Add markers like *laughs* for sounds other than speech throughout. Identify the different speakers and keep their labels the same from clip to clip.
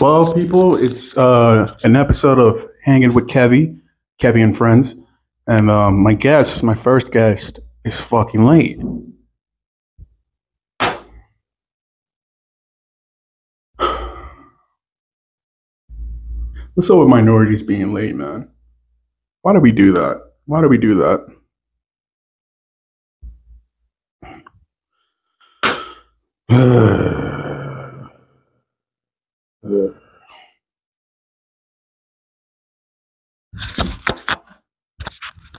Speaker 1: Well, people, it's uh, an episode of Hanging with Kevy, Kevy and Friends. And um, my guest, my first guest, is fucking late. What's up with minorities being late, man? Why do we do that? Why do we do that? *sighs* Ugh.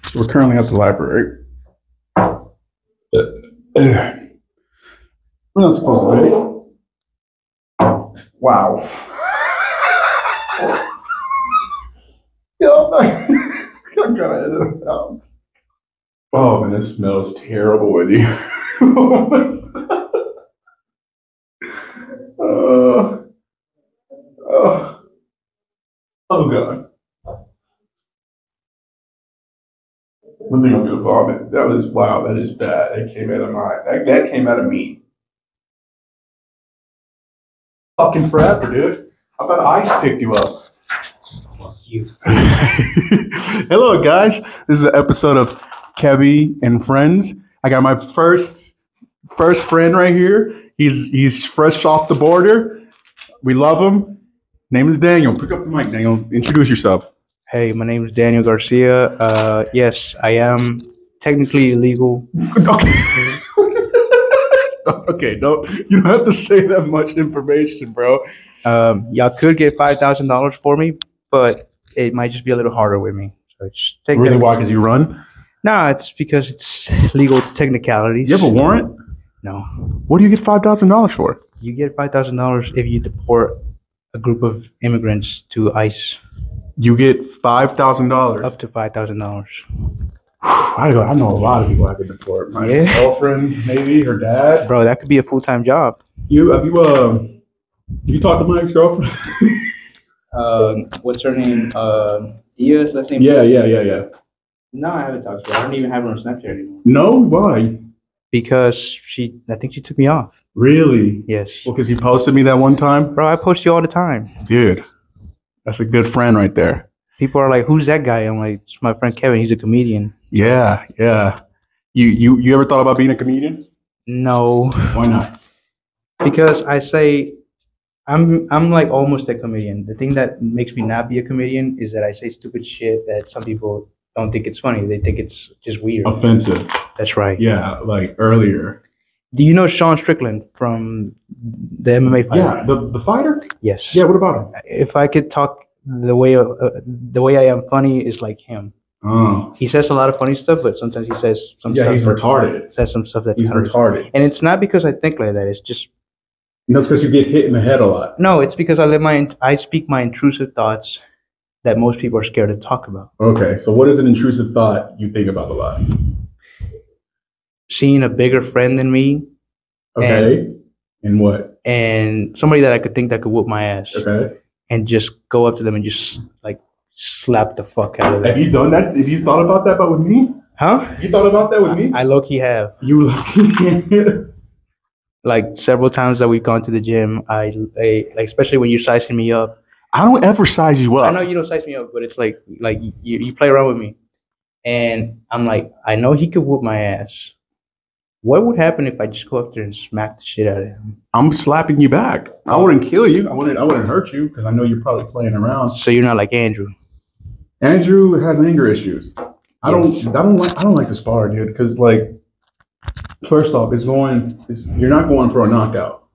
Speaker 1: So we're currently at the library. We're not supposed to be. Wow. Yo, I gotta edit it out. Oh man, it smells terrible in here. *laughs* uh, oh, oh god. One thing I'm gonna vomit. That was wow. That is bad. That came out of my. That, that came out of me. Fucking forever, dude. How about ice picked you up?
Speaker 2: Fuck you.
Speaker 1: *laughs* Hello, guys. This is an episode of Kevy and Friends. I got my first first friend right here. He's he's fresh off the border. We love him. Name is Daniel. Pick up the mic, Daniel. Introduce yourself.
Speaker 2: Hey, my name is Daniel Garcia. Uh, yes, I am technically illegal.
Speaker 1: Okay. *laughs* okay. Don't you don't have to say that much information, bro.
Speaker 2: Um, y'all could get five thousand dollars for me, but it might just be a little harder with me. So just take
Speaker 1: Really?
Speaker 2: that.
Speaker 1: Why? Because you run.
Speaker 2: Nah, it's because it's *laughs* legal. It's technicalities.
Speaker 1: You have a warrant.
Speaker 2: no.
Speaker 1: What do you get five thousand dollars for?
Speaker 2: You get five thousand dollars if you deport a group of immigrants to ICE.
Speaker 1: You get five thousand dollars.
Speaker 2: Up to five thousand dollars.
Speaker 1: I go. I know a lot of people I could deport. My
Speaker 2: Yeah.
Speaker 1: girlfriend, maybe her dad.
Speaker 2: Bro, that could be a full time job.
Speaker 1: You have you um? you talk to my ex girlfriend?
Speaker 2: Um, what's her name? Um, Diaz. Last
Speaker 1: *laughs*
Speaker 2: name.
Speaker 1: yeah, yeah, yeah, yeah.
Speaker 2: No, I haven't talked to her. I don't even have her on Snapchat anymore.
Speaker 1: No, why?
Speaker 2: Because she, I think she took me off.
Speaker 1: Really?
Speaker 2: Yes.
Speaker 1: Well, because he posted me that one time,
Speaker 2: Bro, I post you all the time.
Speaker 1: dude. That's a good friend right there.
Speaker 2: People are like, who's that guy? I'm like, it's my friend Kevin. He's a comedian.
Speaker 1: Yeah, yeah. You you you ever thought about being a comedian?
Speaker 2: No,
Speaker 1: Why not?
Speaker 2: because I say, I'm, I'm like almost a comedian. The thing that makes me not be a comedian is that I say stupid shit that some people don't think it's funny. They think it's just weird.
Speaker 1: Offensive.
Speaker 2: That's right.
Speaker 1: Yeah, like earlier.
Speaker 2: Do you know Sean Strickland from the MMA fighter?
Speaker 1: Yeah, the the fighter.
Speaker 2: Yes.
Speaker 1: Yeah, what about him?
Speaker 2: If I could talk the way uh, uh, the way I am funny is like him.
Speaker 1: Oh,
Speaker 2: he says a lot of funny stuff, but sometimes he says some
Speaker 1: yeah,
Speaker 2: stuff.
Speaker 1: he's
Speaker 2: that-
Speaker 1: retarded.
Speaker 2: Says some stuff that's
Speaker 1: He's
Speaker 2: kind
Speaker 1: retarded.
Speaker 2: and it's not because I think like that. It's just
Speaker 1: And that's because you get hit in the head a lot.
Speaker 2: no. It's because I let my I speak my intrusive thoughts that most people are scared to talk about.
Speaker 1: Okay, so what is an intrusive thought you think about a lot?
Speaker 2: Seeing a bigger friend than me
Speaker 1: Okay, and what?
Speaker 2: and somebody that I could think that could whoop my ass
Speaker 1: Okay.
Speaker 2: and just go up to them and just like slap the fuck out of
Speaker 1: Have
Speaker 2: them.
Speaker 1: you done that? Have you thought about that? But with me,
Speaker 2: Huh?
Speaker 1: you thought about that with me.
Speaker 2: I low key have
Speaker 1: you lucky. *laughs*
Speaker 2: like several times that we've gone to the gym. I, I like especially when you're sizing me up.
Speaker 1: I don't ever size you
Speaker 2: I know you don't size me up, but it's like like you, you play around with me, and I'm like, I know he could whoop my ass. What would happen if I just go up there and smack the shit out of him?
Speaker 1: I'm slapping you back. I
Speaker 2: Oh.
Speaker 1: wouldn't kill you. I wouldn't. I wouldn't hurt you because I know you're probably playing around.
Speaker 2: So you're not like Andrew.
Speaker 1: Andrew has anger issues. I don't.
Speaker 2: Yes.
Speaker 1: I don't like. I don't like to spar, dude. Because like, first off, it's going. It's, you're not going for a knockout,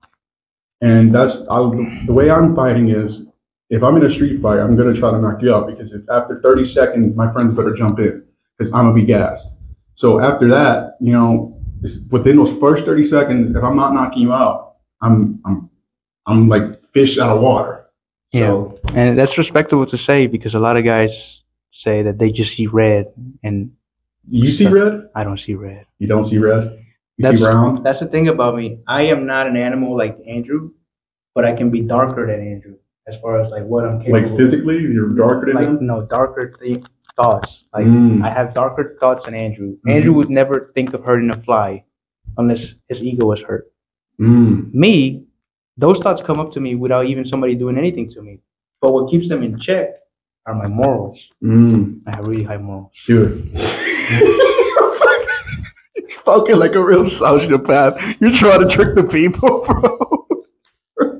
Speaker 1: and that's I, the way I'm fighting is. If I'm in a street fight, I'm gonna try to knock you out because if after 30 seconds, my friends better jump in because I'm gonna be gassed. So after that, you know, it's within those first 30 seconds, if I'm not knocking you out, I'm I'm I'm like fish out of water. So
Speaker 2: And that's respectable to say because a lot of guys say that they just see red, and
Speaker 1: you see red,
Speaker 2: I don't see red.
Speaker 1: you don't see red. You
Speaker 2: That's-
Speaker 1: see brown.
Speaker 2: That's the thing about me. I am not an animal like Andrew, but I can be darker than Andrew as far as like what I'm capable.
Speaker 1: Like physically, you're darker than
Speaker 2: like
Speaker 1: them.
Speaker 2: no darker th- thoughts. Like
Speaker 1: Mm.
Speaker 2: I have darker thoughts than Andrew. Andrew would never think of hurting a fly unless his ego was hurt.
Speaker 1: Mm.
Speaker 2: Me, Those thoughts come up to me without even somebody doing anything to me. But what keeps them in check are my morals.
Speaker 3: Mm,
Speaker 2: I have really high morals.
Speaker 1: *laughs*
Speaker 3: dude.
Speaker 1: Spoken like a real sociopath. You're trying to trick the people, bro.
Speaker 2: *laughs*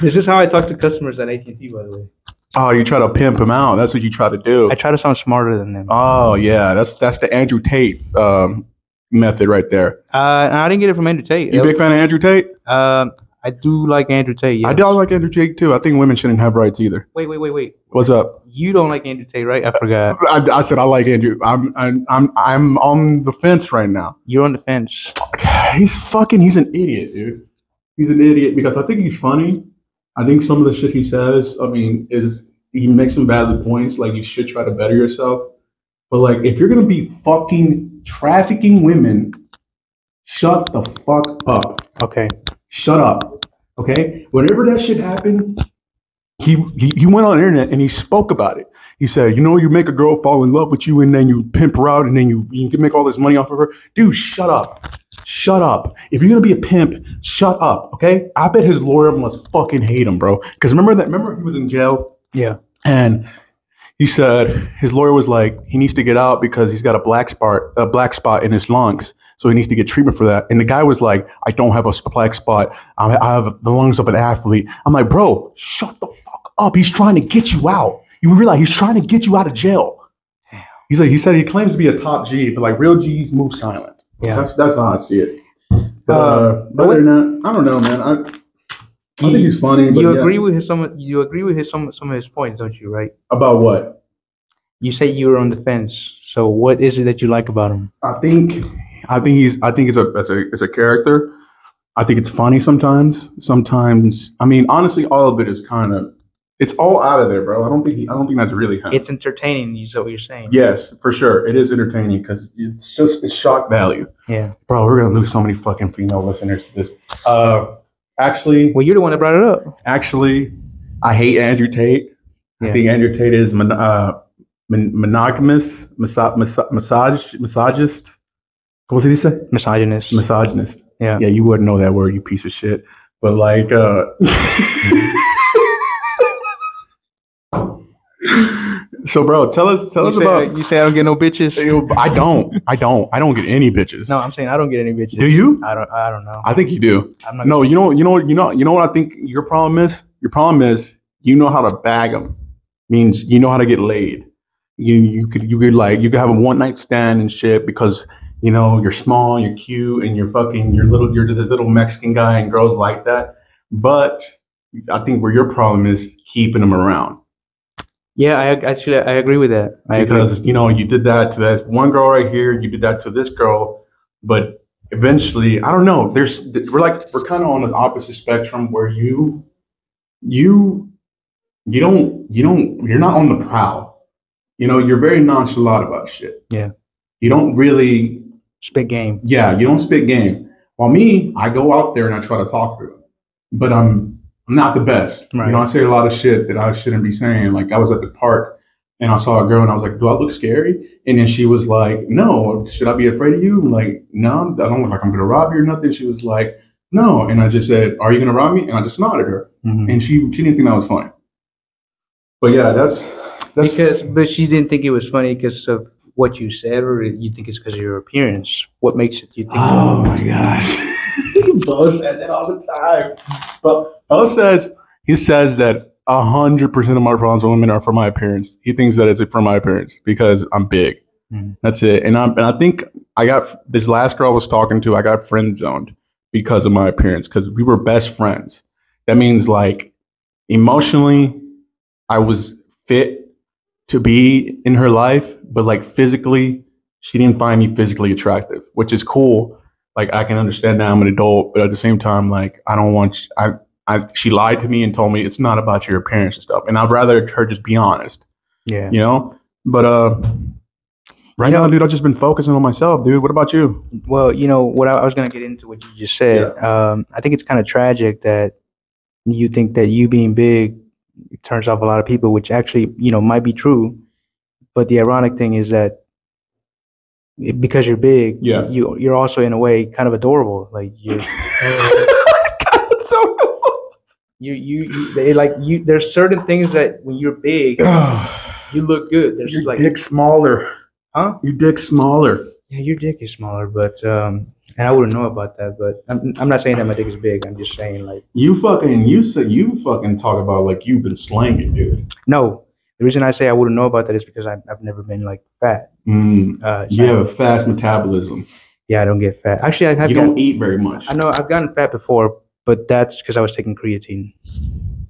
Speaker 2: This is how I talk to customers at AT&T, by the way.
Speaker 1: Oh, you try to pimp him out. That's what you try to do.
Speaker 2: I try to sound smarter than them. Uh,
Speaker 1: Oh yeah, that's that's the Andrew Tate um, method right there.
Speaker 2: I didn't get it from Andrew Tate.
Speaker 1: You a big fan of Andrew Tate?
Speaker 2: Um, I do like Andrew Tate. Yes.
Speaker 1: I do like Andrew Tate too. I think women shouldn't have rights either.
Speaker 2: Wait, wait, wait, wait.
Speaker 1: What's up?
Speaker 2: You don't like Andrew Tate, right? I forgot.
Speaker 1: I, I said I like Andrew. I'm I'm I'm I'm on the fence right now.
Speaker 2: You're on the fence.
Speaker 1: He's fucking. He's an idiot, dude.
Speaker 3: He's an idiot because I think he's funny. I think some of the shit he says, I mean, is he makes some valid points. Like you should try to better yourself, but like if you're gonna be fucking trafficking women, shut the fuck up.
Speaker 2: Okay.
Speaker 3: Shut up. Okay. Whenever that shit happened,
Speaker 1: He, he he went on the internet and he spoke about it. He said, you know, you make a girl fall in love with you and then you pimp her out and then you you can make all this money off of her. Dude, shut up.
Speaker 3: shut up.
Speaker 1: If you're gonna be a pimp, shut up. Okay. I bet his lawyer must fucking hate him, bro. Because remember that. Remember he was in jail
Speaker 2: Yeah.
Speaker 1: And he said his lawyer was like, he needs to get out because he's got a black spot, a black spot in his lungs, so he needs to get treatment for that. And the guy was like, I don't have a s- black spot. I I have the lungs of an athlete. I'm like, bro, shut the fuck up. He's trying to get you out. You realize he's trying to get you out of jail.
Speaker 3: He's like he said he claims to be a top G, but like real G's move silent.
Speaker 2: Yeah.
Speaker 3: That's that's how I see it. But uh, other than that, I don't know, man. I, I think he's funny. But
Speaker 2: you
Speaker 3: yeah.
Speaker 2: agree with his, some. You agree with his, some some of his points, don't you? Right.
Speaker 3: about what?
Speaker 2: You say you were on the fence. So what is it that you like about him?
Speaker 1: I think I think he's I think it's a it's a it's a character. I think it's funny sometimes. Sometimes I mean honestly all of it is kind of it's all out of there, bro. I don't think he, I don't think that's really him.
Speaker 2: It's entertaining. Is that what you're saying?
Speaker 1: yes, for sure. It is entertaining because it's just it's shock value.
Speaker 2: Yeah.
Speaker 1: Bro, we're gonna lose so many fucking female listeners to this. Uh actually
Speaker 2: Well, you're the one that brought it up.
Speaker 1: actually I hate Andrew Tate. I
Speaker 2: Yeah.
Speaker 1: think Andrew Tate is mon- uh, mon- monogamous, misa- misa- massage misogynist. What was he say?
Speaker 2: Misogynist.
Speaker 1: misogynist.
Speaker 2: Yeah.
Speaker 1: Yeah, you wouldn't know that word, you piece of shit. But like uh *laughs* So bro, tell us tell us about
Speaker 2: you say I don't get no bitches.
Speaker 1: Yo, I don't. I don't. I don't get any bitches.
Speaker 2: No, I'm saying I don't get any bitches.
Speaker 1: Do you?
Speaker 2: I don't. I don't know.
Speaker 1: I think you do.
Speaker 2: I'm not.
Speaker 1: No, you know you know you know you know what I think your problem is? Your problem is you know how to bag them. Means you know how to get laid. You you could you could like you could have a one night stand and shit because you know you're small, you're cute, and you're fucking you're little you're this little Mexican guy and girls like that. But I think where your problem is keeping them around
Speaker 2: Yeah, I ag- actually I agree with that. I agree.
Speaker 1: because you know you did that to that one girl right here, you did that to this girl, but eventually I don't know. There's we're like we're kind of on the opposite spectrum where you you you don't you don't you're not on the prowl. You know you're very nonchalant about shit.
Speaker 2: Yeah.
Speaker 1: You don't really
Speaker 2: Spit game.
Speaker 1: yeah you don't spit game. While me, I go out there and I try to talk to them, but I'm I'm not the best.
Speaker 2: Right.
Speaker 1: You know I say a lot of shit that I shouldn't be saying. Like I was at the park and I saw a girl and I was like, "Do I look scary?" And then she was like, "No, should I be afraid of you?" I'm like, "No, I'm- I don't look like I'm gonna rob you or nothing." She was like, "No," and I just said, "Are you gonna rob me?" And I just smiled at her,
Speaker 2: Mhm.
Speaker 1: and she she didn't think that was funny. But yeah, that's that's
Speaker 2: Because, but she didn't think it was funny because of what you said, or you think it's because of your appearance. What makes it you think?
Speaker 1: Oh my gosh.
Speaker 2: *laughs*
Speaker 1: *laughs* Bo says it all the time. Bo, Bo says he says that hundred percent of my problems with women are for my appearance. He thinks that it's from my appearance because I'm big.
Speaker 2: Mm.
Speaker 1: That's it. And I and I think I got this last girl I was talking to, I got friend zoned because of my appearance, because we were best friends. That means like emotionally, I was fit to be in her life, but like physically, she didn't find me physically attractive, which is cool. Like I can understand that I'm an adult, but at the same time, like I don't want sh- I I she lied to me and told me it's not about your appearance and stuff, and I'd rather her just be honest,
Speaker 2: yeah.
Speaker 1: you know. But uh, right now, dude, I've just been focusing on myself, dude. What about you?
Speaker 2: Well, you know what I, I was gonna get into what you just said. Um, I think it's kind of tragic that you think that you being big turns off a lot of people, which actually you know might be true. But the ironic thing is that it- because you're big,
Speaker 1: Yeah.
Speaker 2: *laughs* you you're also in a way kind of adorable. Like you,
Speaker 1: God, so
Speaker 2: You you, you they like you. There's certain things that when *sighs* you're big, you look good. There's
Speaker 1: Your
Speaker 2: like
Speaker 1: dick smaller.
Speaker 2: Huh?
Speaker 1: Your dick smaller.
Speaker 2: yeah, your dick is smaller, but um, and I wouldn't know about that. But I'm I'm not saying that my dick is big. I'm just saying like
Speaker 1: You fucking you said you fucking talk about like you've been slanging, dude.
Speaker 2: no. The reason I say I wouldn't know about that is because I've, I've never been like fat.
Speaker 1: Mm,
Speaker 2: Uh, so
Speaker 1: you have a fast metabolism.
Speaker 2: yeah, I don't get fat. Actually, I have
Speaker 1: you
Speaker 2: gotten-
Speaker 1: don't eat very much.
Speaker 2: I know I've gotten fat before, but that's because I was taking creatine.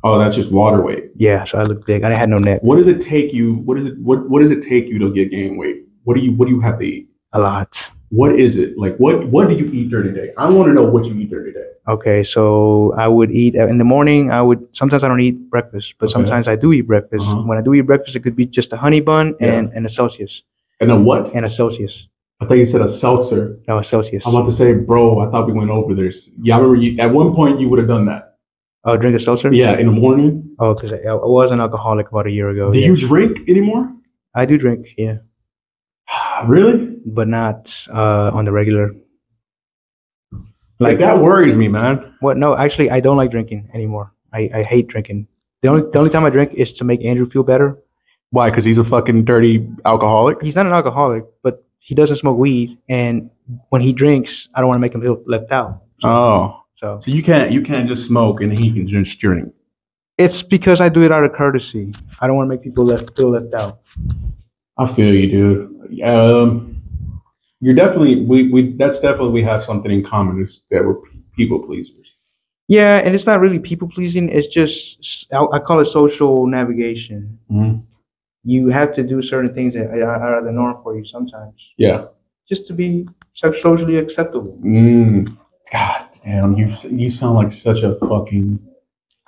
Speaker 1: Oh, that's just water weight.
Speaker 2: Yeah, so I looked big. and I had no neck.
Speaker 1: What does it take you? What is it? What What does it take you to get gain weight? What do you What do you have to eat?
Speaker 2: A lot.
Speaker 1: What is it like? What What do you eat during the day? I want to know what you eat during the day.
Speaker 2: Okay, so I would eat uh, in the morning. I would sometimes I don't eat breakfast, but
Speaker 1: Okay.
Speaker 2: sometimes I do eat breakfast.
Speaker 1: Uh-huh.
Speaker 2: When I do eat breakfast, it could be just a honey bun and, and a Celsius
Speaker 1: And then what?
Speaker 2: and a Celsius.
Speaker 1: I thought you said a seltzer.
Speaker 2: No, a Celsius.
Speaker 1: I'm about to say, bro. I thought we went over this. Yeah, I remember you, at one point you would have done that.
Speaker 2: Oh, drink a seltzer.
Speaker 1: Yeah, in the morning.
Speaker 2: Oh, because I, I was an alcoholic about a year ago.
Speaker 1: do
Speaker 2: Oh, yeah.
Speaker 1: you drink anymore?
Speaker 2: I do drink. Yeah,
Speaker 1: really?
Speaker 2: but not uh, on the regular.
Speaker 1: Like
Speaker 2: Like
Speaker 1: that worries me, man.
Speaker 2: What? No, actually, I don't like drinking anymore. I, I hate drinking. The only the only time I drink is to make Andrew feel better.
Speaker 4: Why? Because he's a fucking dirty alcoholic.
Speaker 2: He's not an alcoholic, but he doesn't smoke weed, and when he drinks, I don't want to make him feel left out.
Speaker 4: Oh,
Speaker 2: So
Speaker 1: So you can't you can't just smoke and he can just drink.
Speaker 2: it's because I do it out of courtesy. I don't want to make people left feel left out.
Speaker 1: I feel you, dude. Um, you're definitely we, we that's definitely we have something in common is that we're people pleasers.
Speaker 2: Yeah, and it's not really people pleasing. It's just s- I, I call it social navigation.
Speaker 1: Mhm.
Speaker 2: You have to do certain things that are, are the norm for you sometimes,
Speaker 1: Yeah.
Speaker 2: just to be so- socially acceptable.
Speaker 1: Mm. God damn, you s- you sound like such a fucking.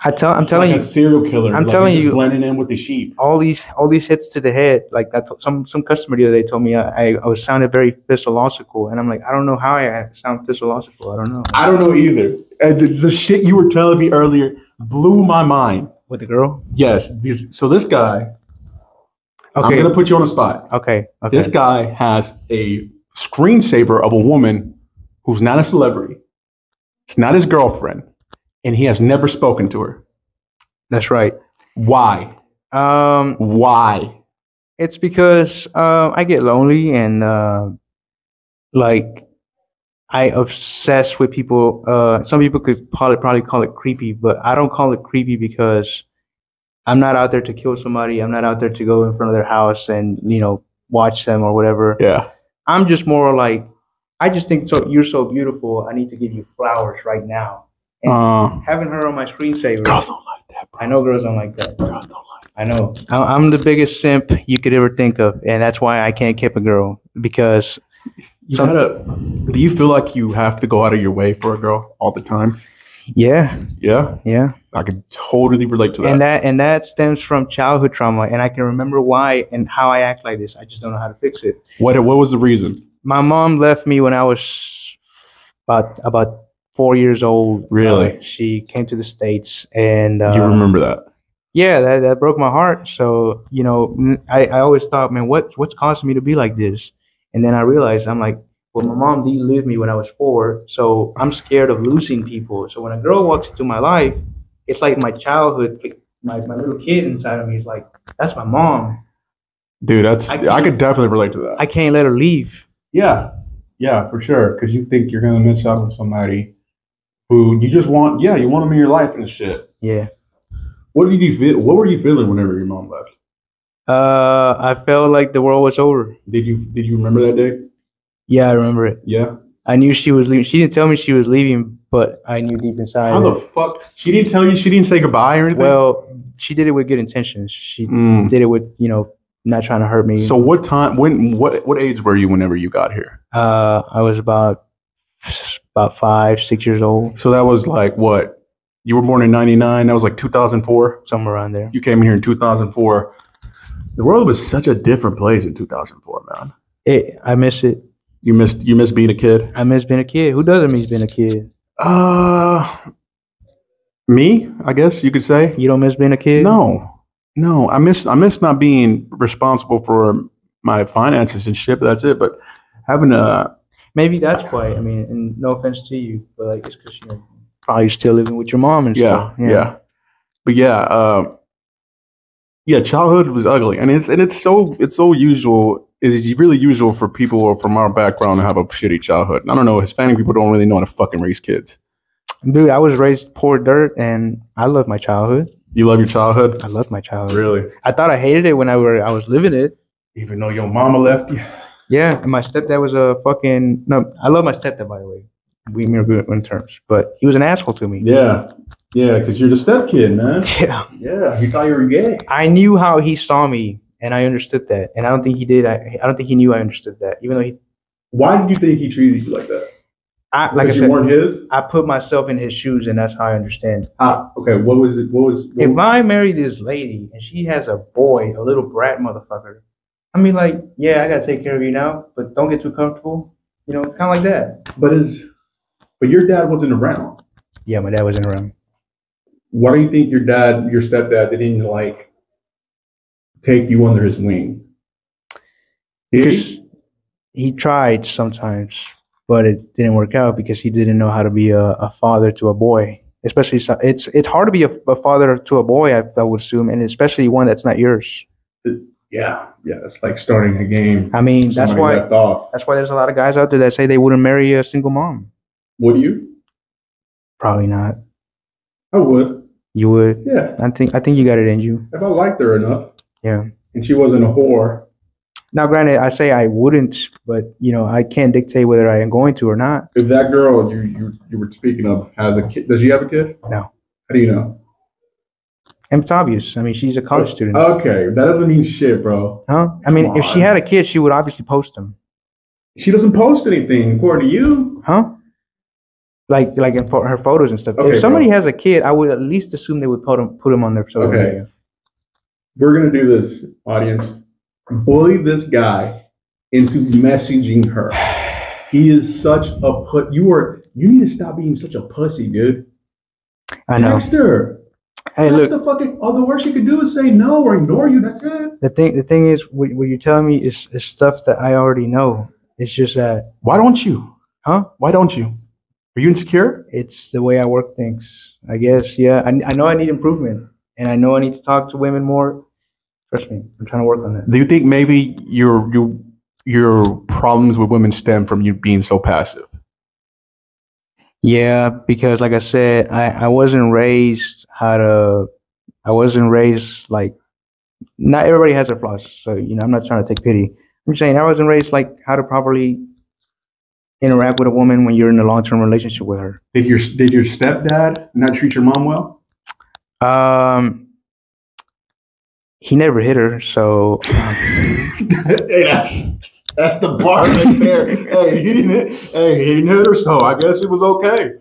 Speaker 2: I tell I'm
Speaker 1: it's
Speaker 2: telling
Speaker 1: like
Speaker 2: you,
Speaker 1: a serial killer.
Speaker 2: I'm
Speaker 1: like
Speaker 2: telling
Speaker 1: you're just
Speaker 2: you-
Speaker 1: blending in with the sheep.
Speaker 2: all these all these hits to the head. Like that, some some customer the other day told me uh, I, I was sounded very physiological, and I'm like, I don't know how I sound physiological. I don't know.
Speaker 1: I don't know either. Uh, the, the shit you were telling me earlier blew my mind.
Speaker 2: With the girl.
Speaker 1: Yes. This, so this guy, I'm
Speaker 2: Okay.
Speaker 1: gonna put you on the spot.
Speaker 2: okay. Okay.
Speaker 1: This guy has a screensaver of a woman who's not a celebrity. It's not his girlfriend, and he has never spoken to her.
Speaker 2: That's right.
Speaker 1: Why?
Speaker 2: Um,
Speaker 1: Why?
Speaker 2: it's because uh, I get lonely and uh, like I obsess with people. Uh, some people could probably probably call it creepy, but I don't call it creepy because I'm not out there to kill somebody. I'm not out there to go in front of their house and you know watch them or whatever.
Speaker 4: yeah.
Speaker 2: I'm just more like I just think so. You're so beautiful. I need to give you flowers right now.
Speaker 4: Uh,
Speaker 2: Having her on my screensaver.
Speaker 1: Girls don't like that, bro.
Speaker 2: I know girls don't like that.
Speaker 1: Girls don't like
Speaker 2: I know. I- I'm the biggest simp you could ever think of, and that's why I can't keep a girl because
Speaker 4: you
Speaker 2: Some-
Speaker 4: gotta. Do you feel like you have to go out of your way for a girl all the time?
Speaker 2: yeah,
Speaker 4: Yeah,
Speaker 2: yeah,
Speaker 4: I can totally relate to that.
Speaker 2: and that and that stems from childhood trauma, and I can remember why and how I act like this. I just don't know how to fix it.
Speaker 4: what What was the reason?
Speaker 2: My mom left me when I was about about four years old.
Speaker 4: Really?
Speaker 2: Uh, she came to the states, and uh,
Speaker 4: you remember that?
Speaker 2: yeah, that, that broke my heart. So you know, n- I, I always thought, man, what what's causing me to be like this? And then I realized I'm like, well, my mom lived me when I was four, so I'm scared of losing people. So when a girl walks into my life, it's like my childhood, like, my my little kid inside of me is like, that's my mom.
Speaker 4: Dude, that's
Speaker 2: I
Speaker 4: I,
Speaker 2: can-
Speaker 4: could definitely relate to that.
Speaker 2: I can't let her leave.
Speaker 1: Yeah, yeah, for sure. Because you think you're gonna miss out on somebody who you just want. Yeah, you want them in your life and shit.
Speaker 2: Yeah.
Speaker 1: What did you feel? What were you feeling whenever your mom left?
Speaker 2: Uh, I felt like the world was over.
Speaker 1: Did you Did you remember that day?
Speaker 2: Yeah, I remember it.
Speaker 1: Yeah.
Speaker 2: I knew she was leaving. She didn't tell me she was leaving, but I knew deep inside.
Speaker 1: How the
Speaker 2: that-
Speaker 1: fuck?
Speaker 4: she didn't tell you. She didn't say goodbye or anything.
Speaker 2: well, she did it with good intentions. She
Speaker 4: Mm.
Speaker 2: did it with you know not trying to hurt me.
Speaker 4: So what time? When? What? What age were you whenever you got here?
Speaker 2: uh, I was about about five, six years old,
Speaker 4: So that was like what? You were born in '99. That was like 2004.
Speaker 2: somewhere around there.
Speaker 4: You came here in 2004. The world was such a different place in 2004, man.
Speaker 2: It, I miss it.
Speaker 4: You missed. You missed being a kid.
Speaker 2: I miss being a kid. Who doesn't miss being a kid?
Speaker 4: Uh, me. I guess you could say.
Speaker 2: You don't miss being a kid.
Speaker 4: No, no. I miss. I miss not being responsible for my finances and shit. But that's it. But having a
Speaker 2: Maybe that's why. I mean, and no offense to you, but like it's because you know, probably still living with your mom and
Speaker 4: yeah,
Speaker 2: stuff.
Speaker 4: yeah. but yeah, uh, yeah, childhood was ugly, and it's and it's so it's so usual. It's really usual for people from our background to have a shitty childhood. And I don't know, Hispanic people don't really know how to fucking raise kids.
Speaker 2: Dude, I was raised poor dirt, and I love my childhood.
Speaker 4: You love your childhood,
Speaker 2: I love my childhood.
Speaker 1: Really?
Speaker 2: I thought I hated it when I were I was living it.
Speaker 1: Even though your mama left you.
Speaker 2: Yeah, and my stepdad was a fucking no. I love my stepdad, by the way. We were good in terms, but he was an asshole to me.
Speaker 1: Yeah. Yeah, because you're the step kid, man.
Speaker 2: *laughs* yeah.
Speaker 1: Yeah, he thought you were gay.
Speaker 2: I knew how he saw me, and I understood that. And I don't think he did. I, I don't think he knew I understood that. Even though he,
Speaker 1: Why did you think he treated you like that?
Speaker 2: I, like I
Speaker 1: Because
Speaker 2: said,
Speaker 1: you weren't his.
Speaker 2: I put myself in his shoes, and that's how I understand.
Speaker 1: Ah, okay. What was it? What was? What
Speaker 2: If I marry this lady and she has a boy, a little brat motherfucker, I mean, like, yeah, I gotta take care of you now, but don't get too comfortable. You know, kind of like that.
Speaker 1: but his, but your dad wasn't around.
Speaker 2: Yeah, my dad wasn't around.
Speaker 1: Why do you think your dad, your stepdad, didn't like take you under his wing? Did
Speaker 2: Because
Speaker 1: he?
Speaker 2: he tried sometimes, but it didn't work out because he didn't know how to be a, a father to a boy. Especially, so- it's it's hard to be a, a father to a boy, I, I would assume, and especially one that's not yours.
Speaker 1: Yeah, yeah. It's like starting a game.
Speaker 2: I mean, that's
Speaker 1: Somebody
Speaker 2: why
Speaker 1: left off.
Speaker 2: that's why there's a lot of guys out there that say they wouldn't marry a single mom.
Speaker 1: Would you?
Speaker 2: Probably not.
Speaker 1: I would.
Speaker 2: You would.
Speaker 1: Yeah.
Speaker 2: I think I think you got it in you.
Speaker 1: If I liked her enough.
Speaker 2: Yeah.
Speaker 1: And she wasn't a whore.
Speaker 2: Now, granted, I say I wouldn't, but you know, I can't dictate whether I am going to or not.
Speaker 1: If that girl you you, you were speaking of has a kid, does she have a kid?
Speaker 2: No.
Speaker 1: How do you know?
Speaker 2: And it's obvious. I mean, she's a college student,
Speaker 1: Okay, that doesn't mean shit, bro.
Speaker 2: huh? I mean,
Speaker 1: oh, come
Speaker 2: if
Speaker 1: on.
Speaker 2: she had a kid, she would obviously post them.
Speaker 1: She doesn't post anything, according to you.
Speaker 2: huh? Like like in pho- her photos and stuff.
Speaker 1: Okay,
Speaker 2: if somebody has a kid, I would at least assume they would put them put them on their social
Speaker 1: Okay.
Speaker 2: media.
Speaker 1: We're gonna do this, audience. Bully this guy into messaging
Speaker 4: *sighs*
Speaker 1: her. He is such a put. You are. You need to stop being such a pussy, dude.
Speaker 2: I know.
Speaker 1: Text her.
Speaker 2: Hey,
Speaker 1: Text
Speaker 2: look.
Speaker 1: the fucking. All the worst she could do is say no or ignore you. That's it.
Speaker 2: The thing the thing is, what, what you're telling me is is stuff that I already know. It's just that,
Speaker 4: Why don't you?
Speaker 2: huh?
Speaker 4: Why don't you? Are you insecure?
Speaker 2: It's the way I work things. I guess. Yeah. I I know I need improvement, and I know I need to talk to women more. Trust me, I'm trying to work on that.
Speaker 4: Do you think maybe your your your problems with women stem from you being so passive?
Speaker 2: Yeah, because like I said, I, I wasn't raised how to, I wasn't raised like, not everybody has their flaws. So, you know, I'm not trying to take pity. I'm just saying I wasn't raised like how to properly interact with a woman when you're in a long term relationship with her.
Speaker 1: Did your Did your stepdad not treat your mom well?
Speaker 2: Um, he never hit her. So, um,
Speaker 1: *laughs* hey, that's that's the bar right there. hey, he didn't. Hey, he didn't hit her, so I guess it was okay.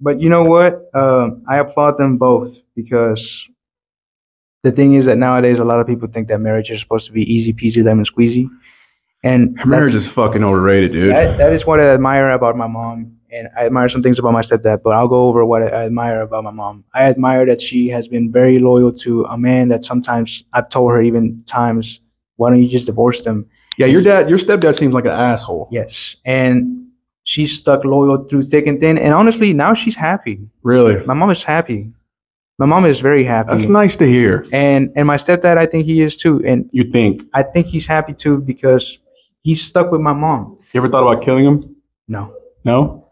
Speaker 2: but you know what? Um, I applaud them both because the thing is that nowadays a lot of people think that marriage is supposed to be easy peasy lemon squeezy. And
Speaker 4: Her marriage
Speaker 2: that's-
Speaker 4: is fucking overrated, dude.
Speaker 2: That, that is what I admire about my mom. And I admire some things about my stepdad, but I'll go over what I admire about my mom. I admire that she has been very loyal to a man that sometimes I've told her even times, why don't you just divorce them?
Speaker 4: yeah, your dad, your stepdad seems like an asshole.
Speaker 2: Yes. And she's stuck loyal through thick and thin. And honestly, now she's happy.
Speaker 4: Really,
Speaker 2: My mom is happy. My mom is very happy.
Speaker 4: that's nice to hear.
Speaker 2: and and my stepdad, I think he is too. And
Speaker 4: You think
Speaker 2: I think he's happy too because he's stuck with my mom.
Speaker 4: you ever thought about killing him?
Speaker 2: No,
Speaker 4: No,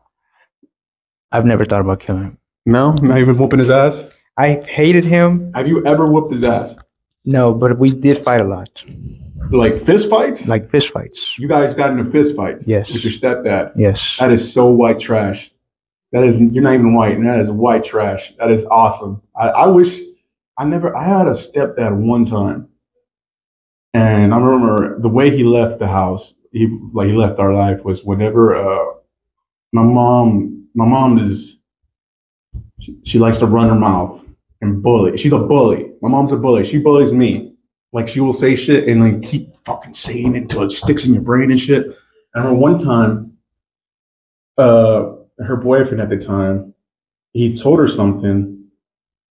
Speaker 2: I've never thought about killing him.
Speaker 4: no, not even whooping his ass.
Speaker 2: I've hated him
Speaker 4: Have you ever whooped his ass?
Speaker 2: No, but we did fight a lot,
Speaker 4: Like fist fights?
Speaker 2: like fist fights.
Speaker 4: you guys got into fist fights?
Speaker 2: Yes.
Speaker 4: With your stepdad.
Speaker 2: Yes.
Speaker 4: That is so white trash. That is you're not even white, and that is white trash. That is awesome. I, I wish I never I had a stepdad one time. And I remember the way he left the house, he like he left our life was whenever uh my mom my mom is she, she likes to run her mouth and bully. She's a bully. My mom's a bully. She bullies me. Like she will say shit and like keep fucking saying it until it sticks in your brain and shit. I remember one time uh,
Speaker 1: her boyfriend at the time, he told her something,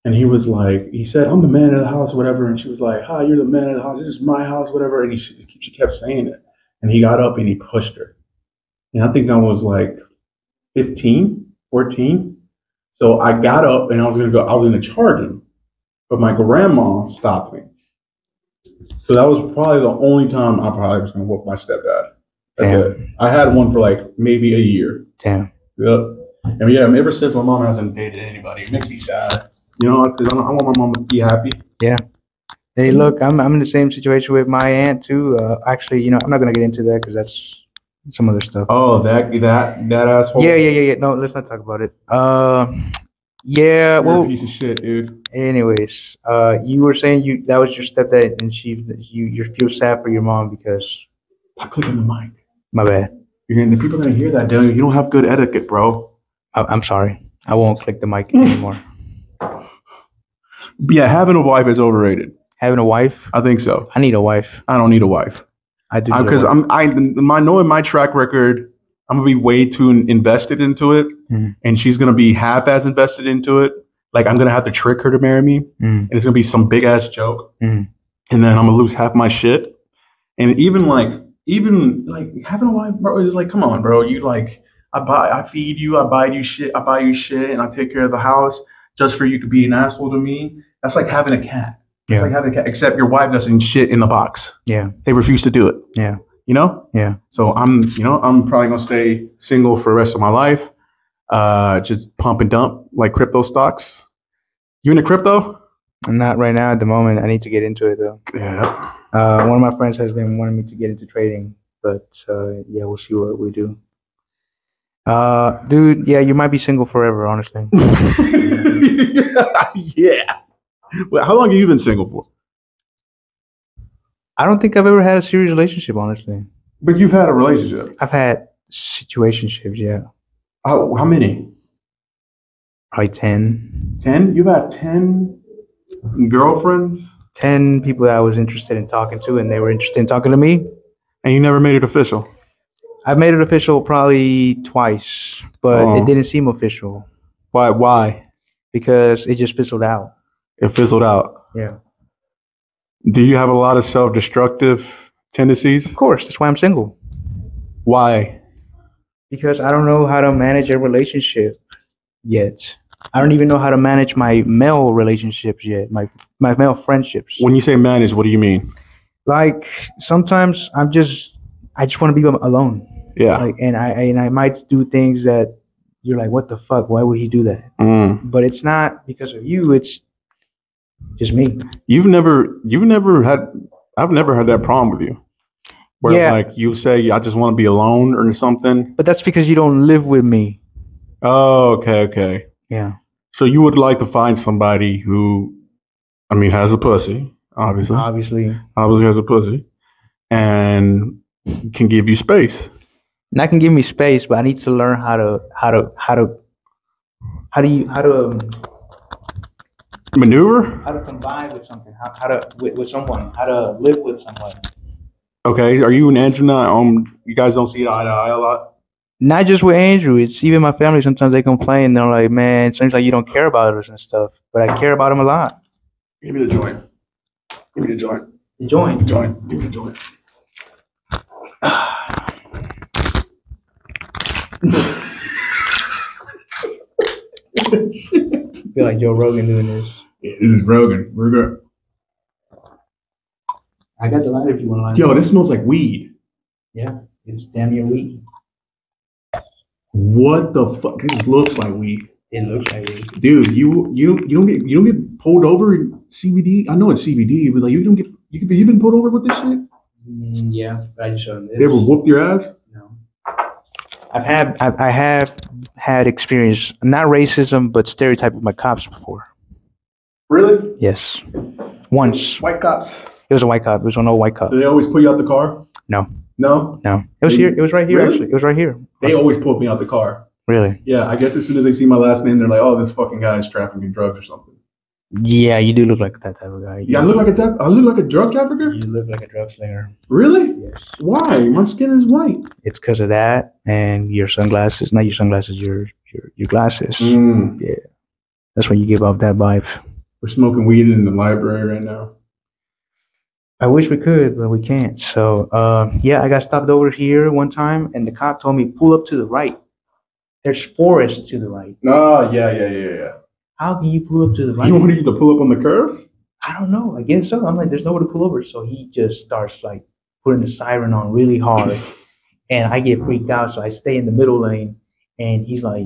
Speaker 1: and he was like, he said, "I'm the man of the house, whatever." And she was like, "Hi, you're the man of the house. This is my house, whatever." And he, she kept saying it, and he got up and he pushed her, and I think I was like 15, 14. So I got up and I was gonna go, I was gonna charge him, but my grandma stopped me. So that was probably the only time I probably was gonna whoop my stepdad. That's
Speaker 2: Damn.
Speaker 1: it. I had one for like maybe a year.
Speaker 2: Damn.
Speaker 1: Yep. And yeah, ever since my mom hasn't dated anybody, it makes me sad. You know, because I, I want my mom to be happy.
Speaker 2: Hey, look, I'm I'm in the same situation with my aunt too. Uh, actually, you know, I'm not gonna get into that because that's some other stuff.
Speaker 1: Oh, that that that asshole.
Speaker 2: Yeah, yeah, yeah, yeah. No, let's not talk about it. Uh, yeah.
Speaker 1: You're a
Speaker 2: Well,
Speaker 1: piece of shit, dude.
Speaker 2: anyways, uh, you were saying you that was your stepdad, and she you you feel sad for your mom because
Speaker 1: Stop clicking the mic.
Speaker 2: my bad.
Speaker 1: You're gonna, the people are gonna hear that, dude. You don't have good etiquette, bro.
Speaker 2: I, I'm sorry. I won't click the mic anymore.
Speaker 4: Yeah, having a wife is overrated.
Speaker 2: Having a wife,
Speaker 4: I think so.
Speaker 2: I need a wife.
Speaker 4: I don't need a wife
Speaker 2: I
Speaker 1: Uh,
Speaker 2: do need a
Speaker 4: because
Speaker 2: wife.
Speaker 4: I'm I my knowing my track record. I'm gonna be way too invested into it,
Speaker 2: Mhm.
Speaker 4: and she's gonna be half as invested into it. Like I'm gonna have to trick her to marry me,
Speaker 2: Mm.
Speaker 4: and it's gonna be some big ass joke,
Speaker 2: Mhm.
Speaker 4: and then I'm gonna lose half my shit.
Speaker 1: And even like, even like having a wife, bro, is like, come on, bro. You like, I buy, I feed you, I buy you shit, I buy you shit, and I take care of the house just for you to be an asshole to me. That's like having a cat. It's
Speaker 2: Yeah.
Speaker 1: like having a cat, except your wife doesn't shit in the box.
Speaker 2: Yeah.
Speaker 1: They refuse to do it.
Speaker 2: Yeah.
Speaker 1: You know.
Speaker 2: Yeah.
Speaker 1: So I'm, you know, I'm probably gonna stay single for the rest of my life.
Speaker 4: Uh, just pump and dump like crypto stocks. You into crypto?
Speaker 2: not right now at the moment. I need to get into it though.
Speaker 4: Yeah.
Speaker 2: Uh, one of my friends has been wanting me to get into trading, but uh, yeah, we'll see what we do. Uh, dude, yeah, you might be single forever, honestly.
Speaker 4: *laughs* yeah. Well, how long have you been single for?
Speaker 2: I don't think I've ever had a serious relationship, honestly.
Speaker 1: But you've had a relationship.
Speaker 2: I've had situationships, yeah,
Speaker 1: How, how many?
Speaker 2: probably 10.
Speaker 1: Ten? You've had ten girlfriends.
Speaker 2: 10 people that I was interested in talking to, and they were interested in talking to me.
Speaker 4: And you never made it official.
Speaker 2: I've made it official probably twice, but
Speaker 4: Oh.
Speaker 2: it didn't seem official
Speaker 4: Why? Why?
Speaker 2: because it just fizzled out.
Speaker 4: It fizzled out.
Speaker 2: Yeah.
Speaker 4: Do you have a lot of self-destructive tendencies?
Speaker 2: Of course, that's why I'm single.
Speaker 4: Why?
Speaker 2: because I don't know how to manage a relationship yet. I don't even know how to manage my male relationships yet, my my male friendships.
Speaker 4: When you say manage, what do you mean?
Speaker 2: Like sometimes I'm just I just want to be alone.
Speaker 4: Yeah.
Speaker 2: Like and I and I might do things that you're like, what the fuck? Why would he do that?
Speaker 4: Mm.
Speaker 2: But it's not because of you. It's just me.
Speaker 4: You've never, you've never had. I've never had that problem with you, where
Speaker 2: Yeah.
Speaker 4: like you say, "I just want to be alone" or something.
Speaker 2: But that's because you don't live with me.
Speaker 4: Oh, okay, okay.
Speaker 2: Yeah.
Speaker 4: So you would like to find somebody who, I mean, has a pussy, obviously,
Speaker 1: Uh-huh.
Speaker 2: Obviously.
Speaker 4: obviously has a pussy, and can give you space.
Speaker 2: not can give me space, but I need to learn how to how to how to how do you how to um,
Speaker 4: Maneuver.
Speaker 2: how to combine with something, how, how to with, with someone, how to live with someone.
Speaker 4: Okay. Are you and Andrew not? Um, you guys don't see eye to eye a lot.
Speaker 2: Not just with Andrew, it's even my family. Sometimes they complain. They're like, "Man, it seems like you don't care about us and stuff." But I care about them a lot.
Speaker 1: Give me the joint. Give me the joint.
Speaker 2: Join.
Speaker 1: Joint. Give me the
Speaker 2: *sighs*
Speaker 1: joint.
Speaker 2: I feel like Joe Rogan doing this.
Speaker 1: This is Rogan. We're good.
Speaker 2: I got the lighter if you want to light
Speaker 1: Yo, this smells like weed.
Speaker 2: Yeah, it's damn near weed.
Speaker 1: What the fuck? This looks like weed,
Speaker 2: It looks like weed.
Speaker 1: dude. You you don't- you don't get you don't get pulled over in CBD. I know it's CBD, but like you don't get you could be you been pulled over with this shit.
Speaker 2: Mm, yeah, but I just showed him this.
Speaker 1: They ever whooped your ass?
Speaker 2: No. I've had I, I have had experience not racism but stereotype with my cops before.
Speaker 1: Really?
Speaker 2: Yes, once
Speaker 1: White cops.
Speaker 2: it was a white cop. It was an old white cop.
Speaker 1: Do they always pull you out the car?
Speaker 2: No.
Speaker 1: No.
Speaker 2: No, it was
Speaker 1: They-
Speaker 2: here. It was right here.
Speaker 1: Really?
Speaker 2: Actually, it was right here.
Speaker 1: They always pulled me out the car.
Speaker 2: Really?
Speaker 1: Yeah, I guess as soon as they see my last name, they're like, "Oh, this fucking guy is trafficking drugs or something."
Speaker 2: Yeah, you do look like that type of guy.
Speaker 1: Yeah, I look like a tra- I look like a drug trafficker.
Speaker 2: you look like a drug slinger.
Speaker 1: Really?
Speaker 2: Yes,
Speaker 1: Why? My skin is white.
Speaker 2: it's because of that and your sunglasses. Not your sunglasses. Your your your glasses.
Speaker 1: Mm.
Speaker 2: That's when you give off that vibe.
Speaker 1: We're smoking weed in the library right now.
Speaker 2: I wish we could, but we can't. So, uh, yeah, I got stopped over here one time, and the cop told me pull up to the right. There's forest to the right.
Speaker 1: Oh, Ah, yeah, yeah, yeah, yeah.
Speaker 2: How can you pull up to the
Speaker 1: You
Speaker 2: right?
Speaker 1: wanted you to pull up on the curve?
Speaker 2: I don't know. I guess so. I'm like, there's nowhere to pull over. So he just starts like putting the siren on really hard. and I get freaked out. So I stay in the middle lane. And he's like,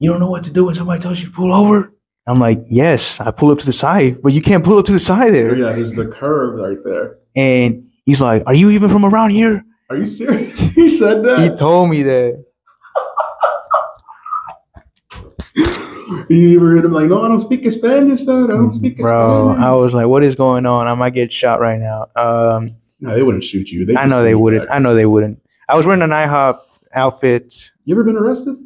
Speaker 2: You don't know what to do when somebody tells you to pull over? I'm like, Yes, I pull up to the side, but you can't pull up to the side
Speaker 1: Oh,
Speaker 2: there.
Speaker 1: yeah, there's the curve right there.
Speaker 2: And he's like, Are you even from around here?
Speaker 1: Are you serious? *laughs* he said that.
Speaker 2: He told me that.
Speaker 1: you ever heard him like, no, I don't speak Spanish, dad. I don't speak
Speaker 2: Bro,
Speaker 1: Spanish.
Speaker 2: I was like, What is going on? I might get shot right now. Um,
Speaker 1: no, they wouldn't shoot you. They
Speaker 2: I
Speaker 1: just
Speaker 2: know
Speaker 1: send
Speaker 2: they
Speaker 1: you
Speaker 2: wouldn't.
Speaker 1: back.
Speaker 2: I know they wouldn't. I was wearing an IHOP outfit.
Speaker 1: You ever been arrested?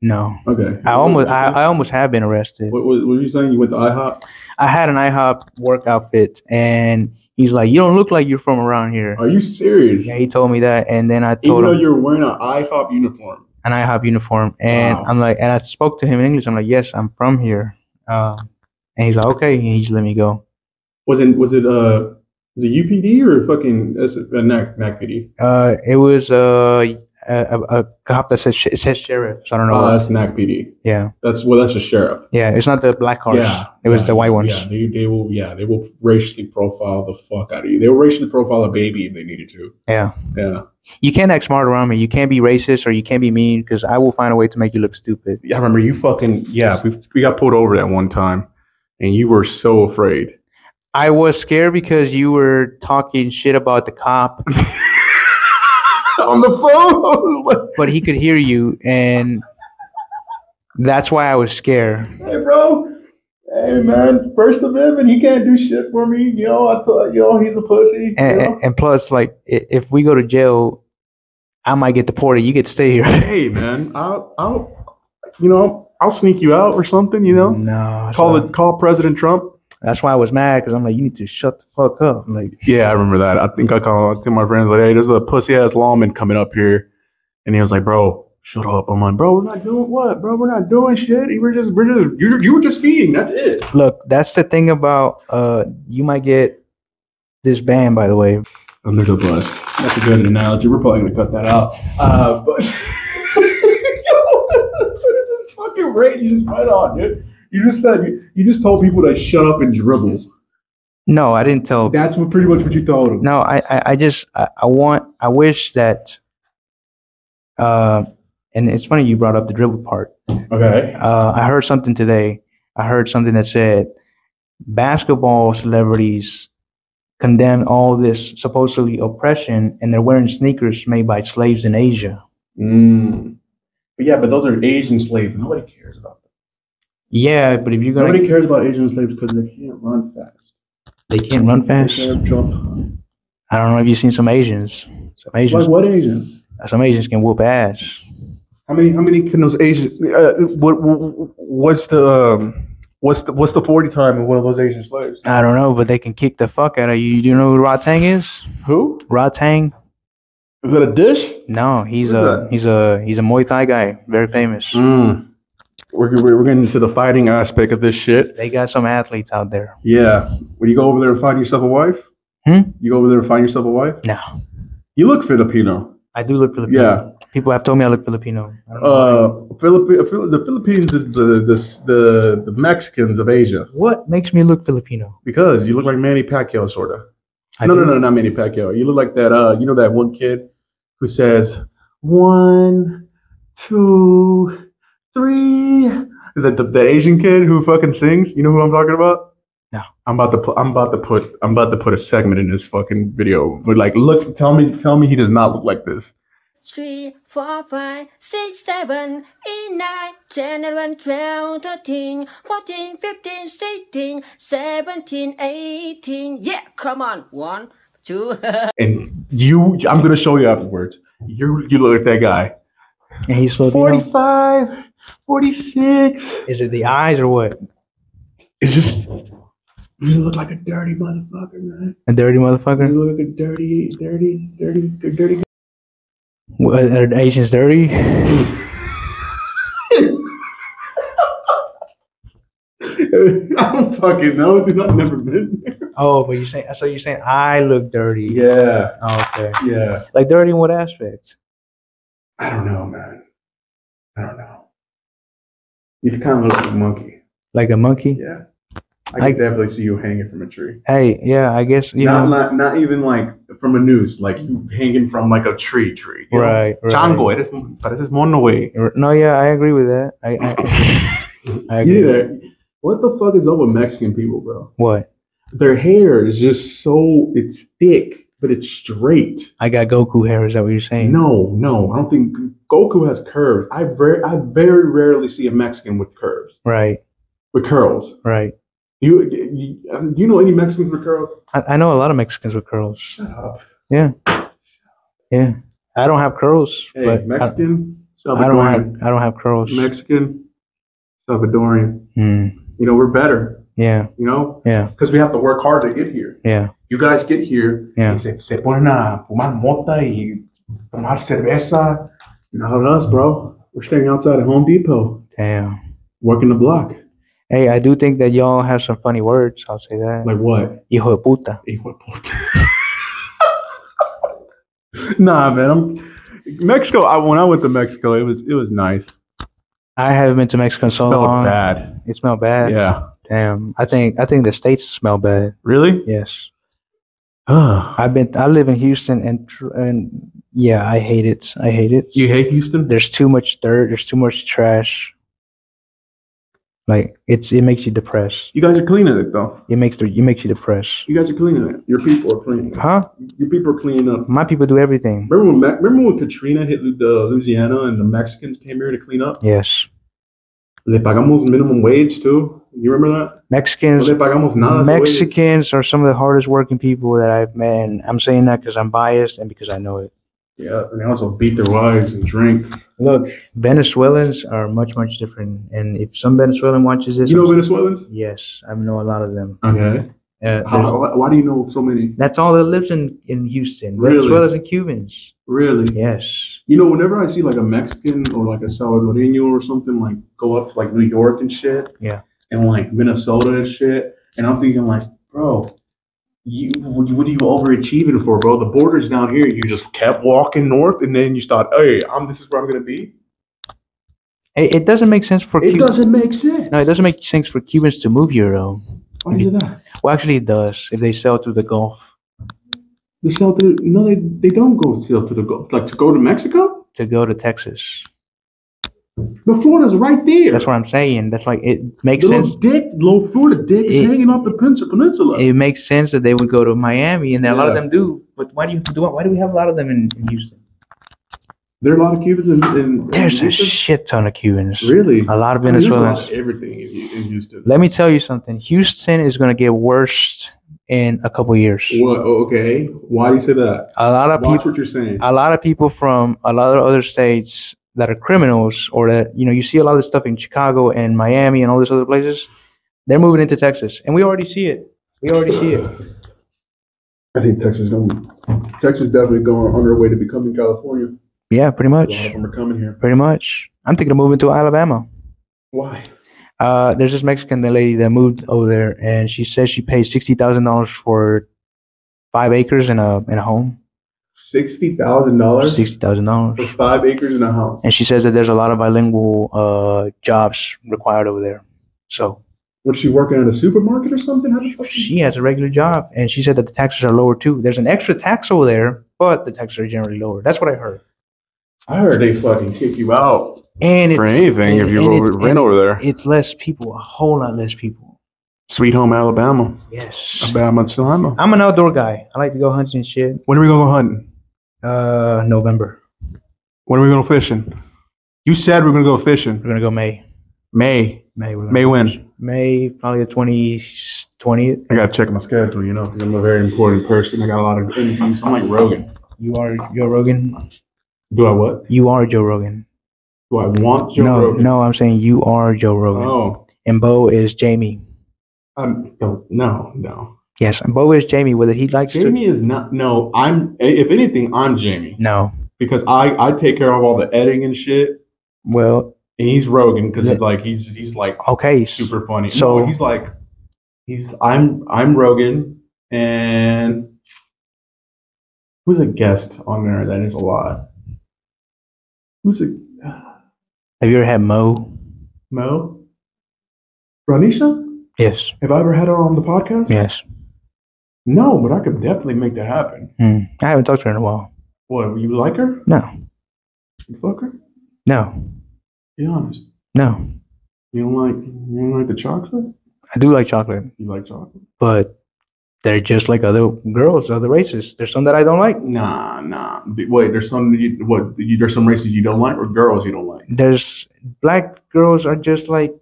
Speaker 2: No.
Speaker 1: Okay.
Speaker 2: I almost I, I almost have been arrested.
Speaker 1: What, what, what were you saying? You went to IHOP?
Speaker 2: I had an IHOP work outfit, and he's like, "You don't look like you're from around here."
Speaker 1: Are you serious?
Speaker 2: Yeah, he told me that, and then I
Speaker 1: Even
Speaker 2: told
Speaker 1: though
Speaker 2: him
Speaker 1: you're wearing an IHOP uniform.
Speaker 2: an IHOP uniform, and
Speaker 1: Wow.
Speaker 2: I'm like, and I spoke to him in English. I'm like, "Yes, I'm from here," um, and he's like, "Okay," and he just let me go.
Speaker 1: Was it was it uh was it UPD or fucking that's a uh, NAC NAC PD?
Speaker 2: Uh, it was uh, a a, a cop that said sh- it said sheriff. So I don't know.
Speaker 1: Oh,
Speaker 2: what-
Speaker 1: that's NAC PD.
Speaker 2: yeah,
Speaker 1: That's well, that's the sheriff.
Speaker 2: yeah. It's not the black cars.
Speaker 1: Yeah,
Speaker 2: it was
Speaker 1: yeah,
Speaker 2: the white ones.
Speaker 1: Yeah, they, they will. Yeah, they will racially profile the fuck out of you. They will racially profile a baby if they needed to.
Speaker 2: Yeah.
Speaker 1: Yeah,
Speaker 2: You can't act smart around me. You can't be racist or you can't be mean because I will find a way to make you look stupid.
Speaker 4: Yeah, I remember you fucking. Yeah, we, we got pulled over that one time, and you were so
Speaker 1: *laughs*
Speaker 4: afraid.
Speaker 2: I was scared because you were talking shit about the cop,
Speaker 4: On
Speaker 1: *laughs*
Speaker 4: the phone, I was like,
Speaker 2: but he could hear you, and that's why I was scared.
Speaker 1: hey, bro. Hey, man. First Amendment. He can't do shit for me. You know, I thought you know he's a pussy.
Speaker 4: Eh,
Speaker 2: And, and, and plus, like, i- if we go to jail, I might get deported. You get to
Speaker 4: *laughs*
Speaker 2: stay here. *laughs*
Speaker 4: "Hey, man, I'll, I'll, you know, I'll sneak you out or something. You know,
Speaker 2: no.
Speaker 4: call
Speaker 2: so
Speaker 4: it, call President Trump.
Speaker 2: That's why I was mad because I'm like, you need to shut the fuck up. Like,
Speaker 4: Yeah, I remember that. I think I called. I think my friends like, "Hey, there's a pussy ass lawman coming up here," and he was like, "Bro, shut up." I'm like, "Bro, we're not doing what, bro? We're not doing shit. We're just, we're just,
Speaker 1: you you were just speeding. That's it.
Speaker 2: look, that's the thing about uh, you might get this ban. By the way,
Speaker 1: Under the bus. That's a good analogy. We're probably gonna cut that out. Uh, but *laughs* what is this fucking rant you just right on, dude? You just said you, you just told people to shut up and dribble.
Speaker 2: no, I didn't tell.
Speaker 1: That's what pretty much what you told them.
Speaker 2: No, I, I, I just, I, I want, I wish that, uh, and it's funny you brought up the dribble part.
Speaker 1: Okay.
Speaker 2: Uh, I heard something today. I heard something that said basketball celebrities condemn all this supposedly oppression and they're wearing sneakers made by slaves in Asia.
Speaker 1: Mm. But yeah, but those are Asian slaves. Nobody cares about them.
Speaker 2: Yeah, but if you're going to,
Speaker 1: Nobody cares about Asian slaves because they can't run fast.
Speaker 2: they can't run
Speaker 1: They
Speaker 2: fast.
Speaker 1: can't jump.
Speaker 2: I don't know if you've seen some Asians. Some Asians,
Speaker 1: Like what Asians?
Speaker 2: some Asians can whoop ass.
Speaker 1: How many? How many?
Speaker 4: can those Asians? Uh, what, what, what's the, um, what's the, what's the forty time of one of those Asian slaves?
Speaker 2: I don't know, but they can kick the fuck out of you. You know who Ratang is?
Speaker 4: Who
Speaker 2: Ratang?
Speaker 4: is that? A dish?
Speaker 2: No, he's
Speaker 4: Who's
Speaker 2: a
Speaker 4: that?
Speaker 2: he's a he's a Muay Thai guy, very famous.
Speaker 4: Mm. We're, we're we're getting into the fighting aspect of this shit.
Speaker 2: They got some athletes out there.
Speaker 4: Yeah. When you go over there and find yourself a wife,
Speaker 2: Hmm?
Speaker 4: you go over there and find yourself a wife.
Speaker 2: No,
Speaker 4: You look Filipino.
Speaker 2: I do look Filipino.
Speaker 4: Yeah.
Speaker 2: people have told me I look Filipino. I don't know why.
Speaker 4: Uh, Philippi- Phil- the Philippines is the, the the the Mexicans of Asia
Speaker 2: what makes me look Filipino?
Speaker 4: because you look like Manny Pacquiao, sort of.
Speaker 2: I
Speaker 4: no,
Speaker 2: do.
Speaker 4: no, no, not Manny Pacquiao. You look like that. Uh, you know that one kid who says one, two, three. That the, the Asian kid who fucking sings. You know who I'm talking about?
Speaker 2: No.
Speaker 4: I'm about to put. I'm about to put. I'm about to put a segment in this fucking video. But like, look, tell me, tell me, he does not look like this.
Speaker 5: three, four, five, six, seven, eight, nine, ten, eleven, twelve, thirteen, fourteen, fifteen, sixteen, seventeen, eighteen. Yeah, come on. One, two.
Speaker 4: And you, I'm gonna show you afterwards. You, you look like that guy.
Speaker 2: And he's Filipino.
Speaker 4: 45, 46.
Speaker 2: Is it the eyes or what?
Speaker 4: It's just
Speaker 1: You look like a dirty motherfucker, man.
Speaker 2: A dirty motherfucker.
Speaker 1: You look like a dirty, dirty, dirty, dirty.
Speaker 2: What, Are the Asians dirty?
Speaker 1: *laughs* I don't fucking know, dude. I've never been there.
Speaker 2: Oh, but you saying so? You're saying I look dirty?
Speaker 1: Yeah,
Speaker 2: Oh, okay.
Speaker 1: yeah.
Speaker 2: Like dirty in what aspect?
Speaker 1: I don't know, man. I don't know. You kind of look like a monkey.
Speaker 2: like a monkey.
Speaker 1: Yeah. I
Speaker 2: I-
Speaker 1: could definitely see you hanging from a tree.
Speaker 2: Hey, yeah, I guess you
Speaker 1: Not,
Speaker 2: know.
Speaker 1: not not even like from a noose, like you hanging from like a tree tree. you know?
Speaker 2: right, right.
Speaker 4: Chango, eres, pareces mono, güey.
Speaker 2: R- No, yeah, I agree with that. I,
Speaker 4: *laughs*
Speaker 2: I, I agree.
Speaker 1: Yeah. What the fuck is up with Mexican people, bro?
Speaker 2: What?
Speaker 1: Their hair is just so it's thick, but it's straight.
Speaker 2: I got Goku hair. Is that what you're saying?
Speaker 1: No, no, I don't think Goku has curves. I ver- I very rarely see a Mexican with curves,
Speaker 2: Right,
Speaker 1: with curls.
Speaker 2: right.
Speaker 1: You you, you know any Mexicans with curls?
Speaker 2: I, I know a lot of Mexicans with curls.
Speaker 1: Shut up.
Speaker 2: Yeah, I don't have curls,
Speaker 1: Hey,
Speaker 2: but I,
Speaker 1: Mexican,
Speaker 2: I don't
Speaker 1: Salvadorian,
Speaker 2: have I don't have curls.
Speaker 1: Mexican, Salvadorian.
Speaker 2: Hmm.
Speaker 1: You know, we're better.
Speaker 2: yeah,
Speaker 1: You know,
Speaker 2: yeah,
Speaker 1: because we have to work hard to get here.
Speaker 2: yeah,
Speaker 1: You guys get here.
Speaker 2: Yeah.
Speaker 1: and Se, se ponen a fumar mota y tomar cerveza. Not us, bro. We're staying outside at Home Depot,
Speaker 2: damn.
Speaker 1: working the block.
Speaker 2: Hey, I do think that y'all have some funny words. I'll say that.
Speaker 1: Like what?
Speaker 2: Hijo de puta.
Speaker 1: Hijo de
Speaker 4: *laughs*
Speaker 1: puta. nah, man. I'm,
Speaker 4: Mexico. I, when I went to Mexico, it was it was nice.
Speaker 2: I haven't been to Mexico in so
Speaker 4: Smelled
Speaker 2: long.
Speaker 4: bad.
Speaker 2: It smelled bad.
Speaker 4: Yeah.
Speaker 2: Damn. I think I think the states smell bad.
Speaker 4: Really?
Speaker 2: Yes.
Speaker 4: *sighs* you
Speaker 2: I've been. I live in Houston, and tr- and yeah, I hate it. I hate it.
Speaker 4: hate Houston?
Speaker 2: there's too much dirt. There's too much trash. Like it's it makes you depressed.
Speaker 1: you guys are cleaning it though.
Speaker 2: It makes the it makes you depressed.
Speaker 1: You guys are cleaning it. Your people are cleaning it.
Speaker 2: Huh?
Speaker 1: Your people are cleaning up.
Speaker 2: My people do everything.
Speaker 1: Remember when, Me- remember when Katrina hit Lu- the Louisiana and the Mexicans came here to clean up?
Speaker 2: Yes.
Speaker 1: Le pagamos minimum wage too. You remember that? No
Speaker 2: Mexicans.
Speaker 1: le pagamos nada. a esos güeyes.
Speaker 2: Mexicans are some of the hardest working people that I've met. And I'm saying that because I'm biased and because I know it.
Speaker 1: Yeah, and they also beat their wives and drink.
Speaker 2: Look, Venezuelans are much much different. And if some Venezuelan watches this,
Speaker 1: You know
Speaker 2: I'm-
Speaker 1: Venezuelans?
Speaker 2: yes, I know a lot of them.
Speaker 1: Okay.
Speaker 2: Uh, there's-
Speaker 1: How, why do you know so many?
Speaker 2: that's all that lives in in Houston.
Speaker 1: Really?
Speaker 2: Venezuelans and Cubans.
Speaker 1: Really?
Speaker 2: Yes.
Speaker 1: You know, whenever I see like a Mexican or like a Salvadoreño or something like go up to like New York and shit,
Speaker 2: Yeah.
Speaker 1: and like Minnesota and shit, and I'm thinking like, bro, you what what are you overachieving for, bro? The border's down here. You just kept walking north, and then you thought, hey, I'm this is where I'm gonna be.
Speaker 2: It, it doesn't make sense for
Speaker 1: It
Speaker 2: Cubans.
Speaker 1: doesn't make sense.
Speaker 2: No, it doesn't make sense for Cubans to move here, though.
Speaker 1: Why is it that?
Speaker 2: Well, actually, it does if they sell through the Gulf
Speaker 1: They sell to no, they they don't go sell to the Gulf, like to go to Mexico.
Speaker 2: to go to Texas.
Speaker 1: But Florida's right there.
Speaker 2: That's what I'm saying. That's like it makes
Speaker 1: Little
Speaker 2: sense.
Speaker 1: dick, little Florida dick is
Speaker 2: It-
Speaker 1: hanging off the Peninsula. peninsula.
Speaker 2: It makes sense that they would go to Miami, and a lot of
Speaker 1: Yeah.
Speaker 2: them do. But why do you do? Why do we have a lot of them in, in Houston?
Speaker 1: there are a lot of Cubans in. in
Speaker 2: There's
Speaker 1: in Houston?
Speaker 2: a shit ton of Cubans.
Speaker 1: really
Speaker 2: A lot of
Speaker 1: I mean, there's a lot
Speaker 2: Venezuelans.
Speaker 1: of everything in, in Houston.
Speaker 2: Let me tell you something. Houston is going to get worse in a couple years.
Speaker 1: What? oh, Okay, why do you say that?
Speaker 2: A lot of people. Uh,
Speaker 1: Watch what you're saying.
Speaker 2: a lot of people from a lot of other states that are criminals or that you know you see a lot of this stuff in chicago and miami and all these other places they're moving into texas and we already see it we already see it
Speaker 1: I think Texas is going. Texas is definitely going on their way to becoming California.
Speaker 2: yeah pretty
Speaker 1: A lot
Speaker 2: much
Speaker 1: of them are coming here.
Speaker 2: pretty much i'm thinking of moving to alabama
Speaker 1: Why?
Speaker 2: uh, there's this mexican lady that moved over there and she says she paid $60000 for five acres and a, and a home
Speaker 1: Sixty thousand dollars for
Speaker 2: $60000
Speaker 1: five acres and a house.
Speaker 2: and she says that there's a lot of bilingual uh, jobs required over there so
Speaker 1: Was she working at a supermarket or something? How the fuck?
Speaker 2: she has a regular job and she said that the taxes are lower too. There's an extra tax over there, but the taxes are generally lower. That's what I heard.
Speaker 1: I heard they fucking kick you out.
Speaker 2: And
Speaker 4: For
Speaker 2: it's-
Speaker 4: anything,
Speaker 2: and-
Speaker 4: if you
Speaker 2: and
Speaker 4: go
Speaker 2: it's-
Speaker 4: rent
Speaker 2: and
Speaker 4: over there,
Speaker 2: it's less people, a whole lot less people.
Speaker 4: Sweet Home Alabama,
Speaker 2: Yes,
Speaker 4: Alabama, Alabama.
Speaker 2: I'm an outdoor guy. I like to go hunting and shit.
Speaker 4: When are we gonna go hunting?
Speaker 2: Uh, November.
Speaker 4: When are we gonna go fishing? You said we're gonna go fishing.
Speaker 2: We're gonna go May.
Speaker 4: May,
Speaker 2: May. We're gonna
Speaker 4: May when?
Speaker 2: May probably the 20, 20th.
Speaker 4: I gotta check my.
Speaker 1: My schedule, you know, because I'm a very important person. I got a lot of interviews. I'm like Rogan.
Speaker 2: You are Joe Rogan.
Speaker 1: Do I what?
Speaker 2: You are Joe Rogan.
Speaker 1: Do I want Joe
Speaker 2: no,
Speaker 1: Rogan?
Speaker 2: no, I'm saying you are Joe Rogan.
Speaker 1: Oh,
Speaker 2: And Bo is Jamie.
Speaker 1: I'm, don't, no, no.
Speaker 2: Yes, and Bo is Jamie. Whether he likes to.
Speaker 1: Jamie is not. No, I'm. If anything, I'm Jamie
Speaker 2: No.
Speaker 1: because I I take care of all the editing and shit,
Speaker 2: Well,
Speaker 1: and he's Rogan because
Speaker 2: Yeah.
Speaker 1: it's like he's he's like
Speaker 2: okay. s-
Speaker 1: super funny.
Speaker 2: So-
Speaker 1: no, he's like he's I'm I'm Rogan and who's a guest on there that is a lot. Who's a
Speaker 2: Have you ever had Mo?
Speaker 1: Mo? Ranisha?
Speaker 2: Yes.
Speaker 1: Have I ever had her on the podcast?
Speaker 2: Yes.
Speaker 1: No, but I could definitely make that happen.
Speaker 2: Mm. I haven't talked to her in a while.
Speaker 1: What, you like her?
Speaker 2: No.
Speaker 1: You fuck her?
Speaker 2: No.
Speaker 1: Be honest.
Speaker 2: No.
Speaker 1: You don't like you don't like the chocolate?
Speaker 2: I do like chocolate,
Speaker 1: You like chocolate?
Speaker 2: but they're just like other girls, other races. There's some that I don't like.
Speaker 1: Nah, nah. B- Wait, there's some that you, what you, there's some races you don't like or girls you don't like.
Speaker 2: There's black girls are just like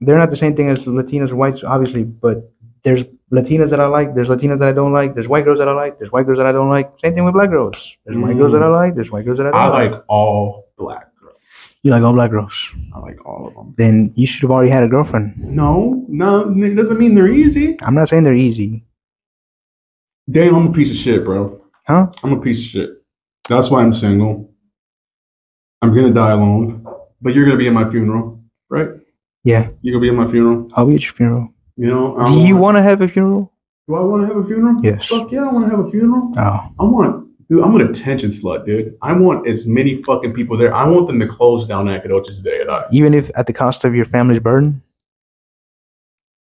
Speaker 2: they're not the same thing as Latinas or whites, obviously, but there's Latinas that I like, there's Latinas that I don't like, there's white girls that I like, there's white girls that I don't like. Same thing with black girls. There's white girls that I like, there's white girls that I don't
Speaker 1: Mm. I like all black girls.
Speaker 2: You like all black girls.
Speaker 1: I like all of them.
Speaker 2: Then you should have already had a girlfriend.
Speaker 1: No, no, it doesn't mean they're easy.
Speaker 2: I'm not saying they're easy.
Speaker 1: Damn, I'm a piece of shit, bro.
Speaker 2: Huh?
Speaker 1: I'm a piece of shit. That's why I'm single. I'm gonna die alone, but you're gonna be at my funeral, right?
Speaker 2: Yeah.
Speaker 1: You're gonna be at my funeral.
Speaker 2: I'll be at your funeral.
Speaker 1: You know? I
Speaker 2: Do you
Speaker 1: wanna-
Speaker 2: want to have a funeral?
Speaker 1: Do I want to have a funeral?
Speaker 2: Yes.
Speaker 1: Fuck yeah, I want to have a funeral.
Speaker 2: Oh,
Speaker 1: I want, dude. I'm an attention slut, dude. I want as many fucking people there. I want them to close down Nacogdoches Day at I.
Speaker 2: even if at the cost of your family's burden,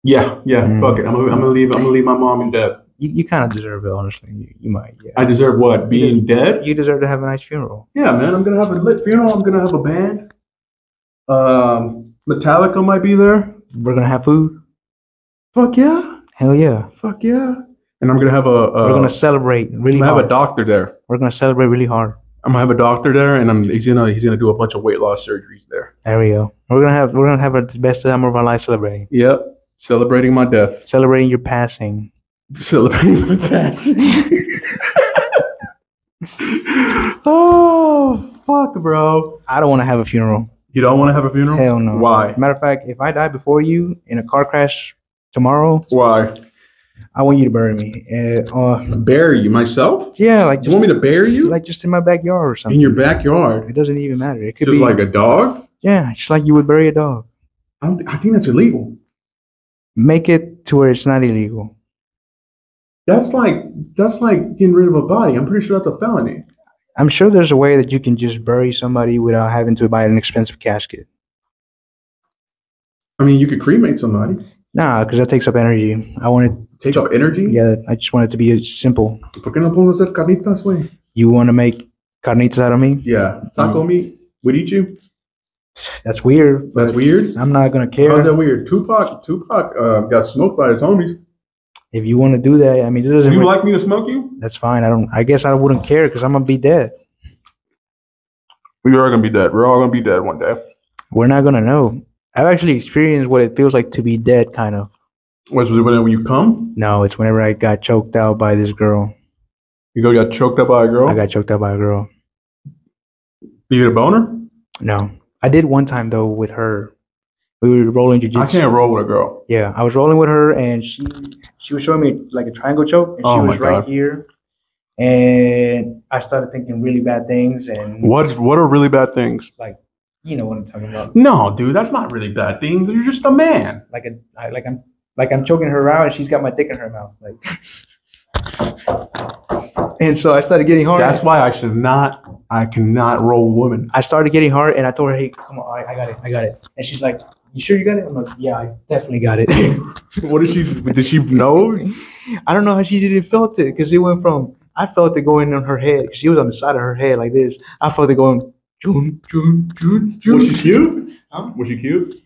Speaker 1: Yeah, yeah.
Speaker 2: Mm.
Speaker 1: Fuck it. I'm gonna, I'm gonna leave. I'm gonna leave my mom in debt.
Speaker 2: you, you kind of deserve it. Honestly, you, you might. Yeah,
Speaker 1: I deserve what? Being dead?
Speaker 2: you deserve to have a nice funeral.
Speaker 1: Yeah, man. I'm gonna have a lit funeral. I'm gonna have a band. Um, Metallica might be there.
Speaker 2: We're gonna have food.
Speaker 1: Fuck yeah.
Speaker 2: Hell yeah.
Speaker 1: Fuck yeah. And I'm gonna have a. a
Speaker 2: We're gonna celebrate
Speaker 1: I'm
Speaker 2: really
Speaker 1: gonna Uh, have
Speaker 2: hard.
Speaker 1: a doctor there.
Speaker 2: We're gonna celebrate really hard.
Speaker 1: I'm gonna have a doctor there, and I'm he's gonna he's gonna do a bunch of weight loss surgeries there.
Speaker 2: There we go. We're gonna have we're gonna have the best time of our life celebrating,
Speaker 1: Yep, celebrating my death.
Speaker 2: *laughs* celebrating
Speaker 1: *laughs*
Speaker 2: your passing.
Speaker 1: celebrating my
Speaker 2: *laughs*
Speaker 1: passing. oh fuck, bro!
Speaker 2: I don't want to have a funeral.
Speaker 1: You don't want to have a funeral?
Speaker 2: Hell no.
Speaker 1: Why?
Speaker 2: Matter of fact, if I die before you in a car crash tomorrow,
Speaker 1: Why?
Speaker 2: I want you to bury me. Uh, uh,
Speaker 1: Bury you myself?
Speaker 2: yeah, like
Speaker 1: You
Speaker 2: just,
Speaker 1: want me to bury you
Speaker 2: like just in my backyard or
Speaker 1: in
Speaker 2: something.
Speaker 1: your backyard?
Speaker 2: It doesn't even matter. It could
Speaker 1: Just
Speaker 2: be
Speaker 1: like a dog?
Speaker 2: yeah, just like you would bury a dog.
Speaker 1: I don't. thi- I think that's illegal.
Speaker 2: Make it to where it's not illegal.
Speaker 1: That's like that's like getting rid of a body. I'm pretty sure that's a felony.
Speaker 2: I'm sure there's a way that you can just bury somebody without having to buy an expensive casket.
Speaker 1: I mean, you could cremate somebody,
Speaker 2: Nah, because that takes up energy. I wanted,
Speaker 1: take up energy.
Speaker 2: yeah, I just want it to be simple.
Speaker 1: ¿Por qué no podemos hacer carnitas, güey?
Speaker 2: You want to make carnitas out of me?
Speaker 1: Yeah, taco meat would eat you.
Speaker 2: That's weird.
Speaker 1: That's weird.
Speaker 2: I'm not gonna
Speaker 1: How's
Speaker 2: care
Speaker 1: that weird? Tupac, Tupac uh, got smoked by his homies.
Speaker 2: if you want to do that. I mean, it doesn't.
Speaker 1: Do you
Speaker 2: really-
Speaker 1: like me to smoke you?
Speaker 2: that's fine. I don't. I guess I wouldn't care because I'm gonna be dead.
Speaker 4: We are gonna be dead. We're all gonna be dead one day.
Speaker 2: We're not gonna know. I've actually experienced what it feels like to be dead, kind of.
Speaker 1: Was it when you come?
Speaker 2: No, it's whenever I got choked out by this girl.
Speaker 4: You go got choked up by a girl.
Speaker 2: I got choked out by a girl.
Speaker 1: You get a boner?
Speaker 2: No, I did one time though with her. We were rolling
Speaker 4: I
Speaker 2: jujitsu.
Speaker 4: can't roll with a girl.
Speaker 2: Yeah, I was rolling with her, and she she was showing me like a triangle choke, and
Speaker 4: Oh
Speaker 2: she
Speaker 4: my
Speaker 2: was right
Speaker 4: God.
Speaker 2: here, and I started thinking really bad things, and
Speaker 4: What is what are really bad things?
Speaker 2: you know what I'm talking about.
Speaker 1: No, dude, that's not really bad things. You're just a man.
Speaker 2: Like a I, like I'm like I'm choking her out, and she's got my dick in her mouth, like. *laughs* and so I started getting hard.
Speaker 1: That's why I should not. I cannot roll with *laughs* women.
Speaker 2: I started getting hard, and I told her, "Hey, come on, all right, I got it, I got it," and she's like. You sure you got it? I'm like, yeah, I definitely got it. *laughs*
Speaker 4: What did she did she know?
Speaker 2: I don't know how she didn't felt it because it went from I felt it going on her head. She was on the side of her head like this. I felt it going June, June, June,
Speaker 1: Was
Speaker 2: June.
Speaker 1: she cute? Was she cute?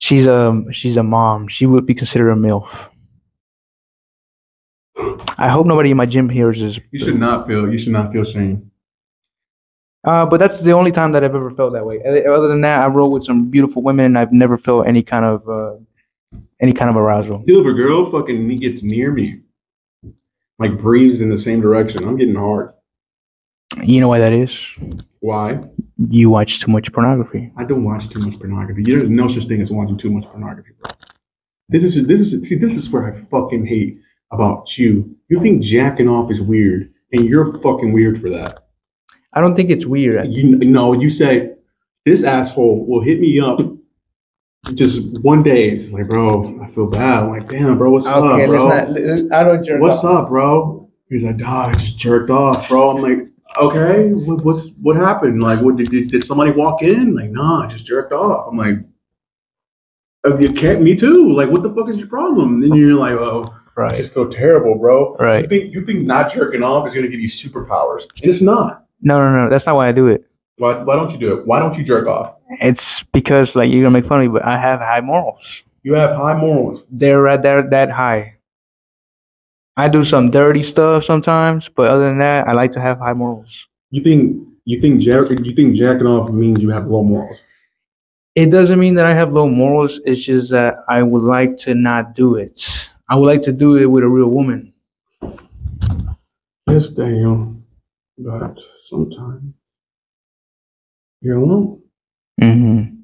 Speaker 2: She's um she's a mom. She would be considered a milf. I hope nobody in my gym hears this.
Speaker 1: You should not feel. You should not feel shame.
Speaker 2: Uh, but that's the only time that I've ever felt that way. Other other than that, I rode with some beautiful women, and I've never felt any kind of uh, any kind of arousal.
Speaker 1: Dude, if a girl fucking gets near me, like breathes in the same direction, I'm getting hard.
Speaker 2: You know why that is?
Speaker 1: Why?
Speaker 2: You watch too much pornography.
Speaker 1: I don't watch too much pornography. There's no such thing as watching too much pornography, bro. This is this is see this is where I fucking hate about you. You think jacking off is weird, and you're fucking weird for that.
Speaker 2: I don't think it's weird.
Speaker 1: you know, you say this asshole will hit me up just one day. It's like, bro, I feel bad. I'm like, damn, bro, what's up, bro?
Speaker 2: not. I don't.
Speaker 1: what's up, bro? He's like, dog, I just jerked off, bro. I'm like, okay, what, what's what happened? Like, what did, did did somebody walk in? Like, nah, I just jerked off. I'm like, Uh, You can't. Me too. Like, what the fuck is your problem? Then you're like, oh, I
Speaker 2: Right.
Speaker 1: just feel terrible, bro. You
Speaker 2: Right.
Speaker 1: think you think not jerking off is gonna give you superpowers? And it's not.
Speaker 2: No, no, no. That's not why I do it.
Speaker 1: Why, why don't you do it? Why don't you jerk off?
Speaker 2: It's because like you're gonna make fun of me, but I have high morals.
Speaker 1: You have high morals.
Speaker 2: They're right there that high. I do some dirty stuff sometimes, but other than that, I like to have high morals.
Speaker 1: You think you think jack, you think jacking off means you have low morals?
Speaker 2: It doesn't mean that I have low morals. It's just that I would like to not do it. I would like to do it with a real woman.
Speaker 1: Yes, Daniel. But sometimes you're alone.
Speaker 2: Mm-hmm.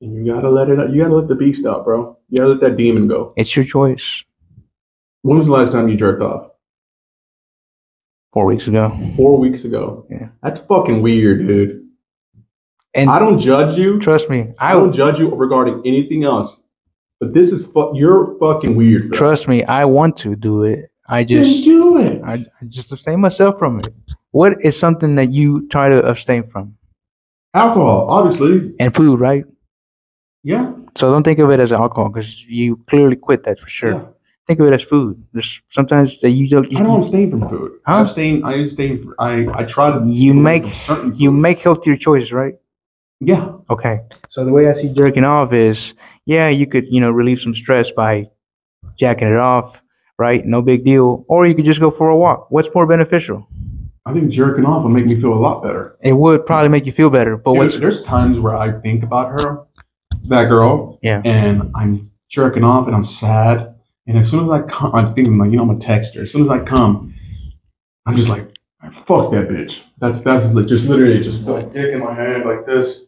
Speaker 1: And you gotta let it out. You gotta let the beast out, bro. You gotta let that demon go.
Speaker 2: It's your choice.
Speaker 1: When was the last time you jerked off?
Speaker 2: Four weeks ago.
Speaker 1: Four weeks ago.
Speaker 2: Yeah.
Speaker 1: That's fucking weird, dude.
Speaker 2: And
Speaker 1: I don't judge you.
Speaker 2: trust me,
Speaker 1: I
Speaker 2: I
Speaker 1: don't judge you regarding anything else. But this is fu- you're fucking weird. Bro.
Speaker 2: trust me, I want to do it. I
Speaker 1: Then
Speaker 2: just
Speaker 1: do it.
Speaker 2: I, I just abstain myself from it. What is something that you try to abstain from?
Speaker 1: Alcohol, obviously.
Speaker 2: And food, right?
Speaker 1: Yeah.
Speaker 2: So don't think of it as alcohol because you clearly quit that for sure.
Speaker 1: Yeah.
Speaker 2: Think of it as food. There's sometimes that you don't. You,
Speaker 1: I don't abstain from food. I
Speaker 2: Huh?
Speaker 1: abstain. I abstain. fr- I I try to.
Speaker 2: You
Speaker 1: from
Speaker 2: make-
Speaker 1: certain
Speaker 2: you
Speaker 1: food.
Speaker 2: make healthier choices, right?
Speaker 1: Yeah.
Speaker 2: Okay. So the way I see jerking off is, yeah, you could you know relieve some stress by jacking it off, right? No big deal. Or you could just go for a walk. What's more beneficial?
Speaker 1: I think jerking off will make me feel a lot better.
Speaker 2: It would probably make you feel better, but
Speaker 1: Dude,
Speaker 2: what's
Speaker 1: there's times where I think about her, that girl,
Speaker 2: Yeah.
Speaker 1: and I'm jerking off and I'm sad. And as soon as I come, I'm thinking like, you know, I'm gonna text her. As soon as I come, I'm just like, fuck that bitch. That's that's like just literally just like dick in my hand like this.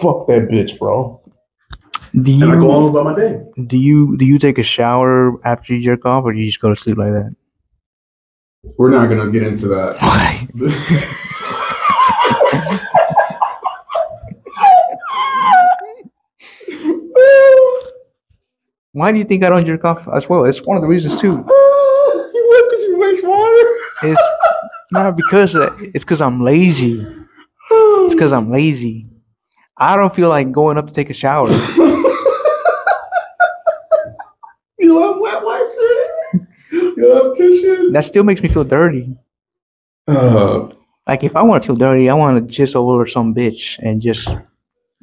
Speaker 1: Fuck that bitch, bro.
Speaker 2: do
Speaker 1: And I go
Speaker 2: you
Speaker 1: on about my day.
Speaker 2: do you do you take a shower after you jerk off, or do you just go to sleep like that?
Speaker 1: We're not gonna get into that.
Speaker 2: Why? Why do you think I don't jerk off as well? It's one of the reasons too.
Speaker 1: Because *laughs* you waste water. *laughs*
Speaker 2: *laughs* It's not because of that. it's because I'm lazy. It's because I'm lazy. I don't feel like going up to take a shower.
Speaker 1: You have wet wipes or anything? You have tissues?
Speaker 2: That still makes me feel dirty.
Speaker 1: Uh, *sighs*
Speaker 2: Like if I want to feel dirty, I want to just over some bitch and just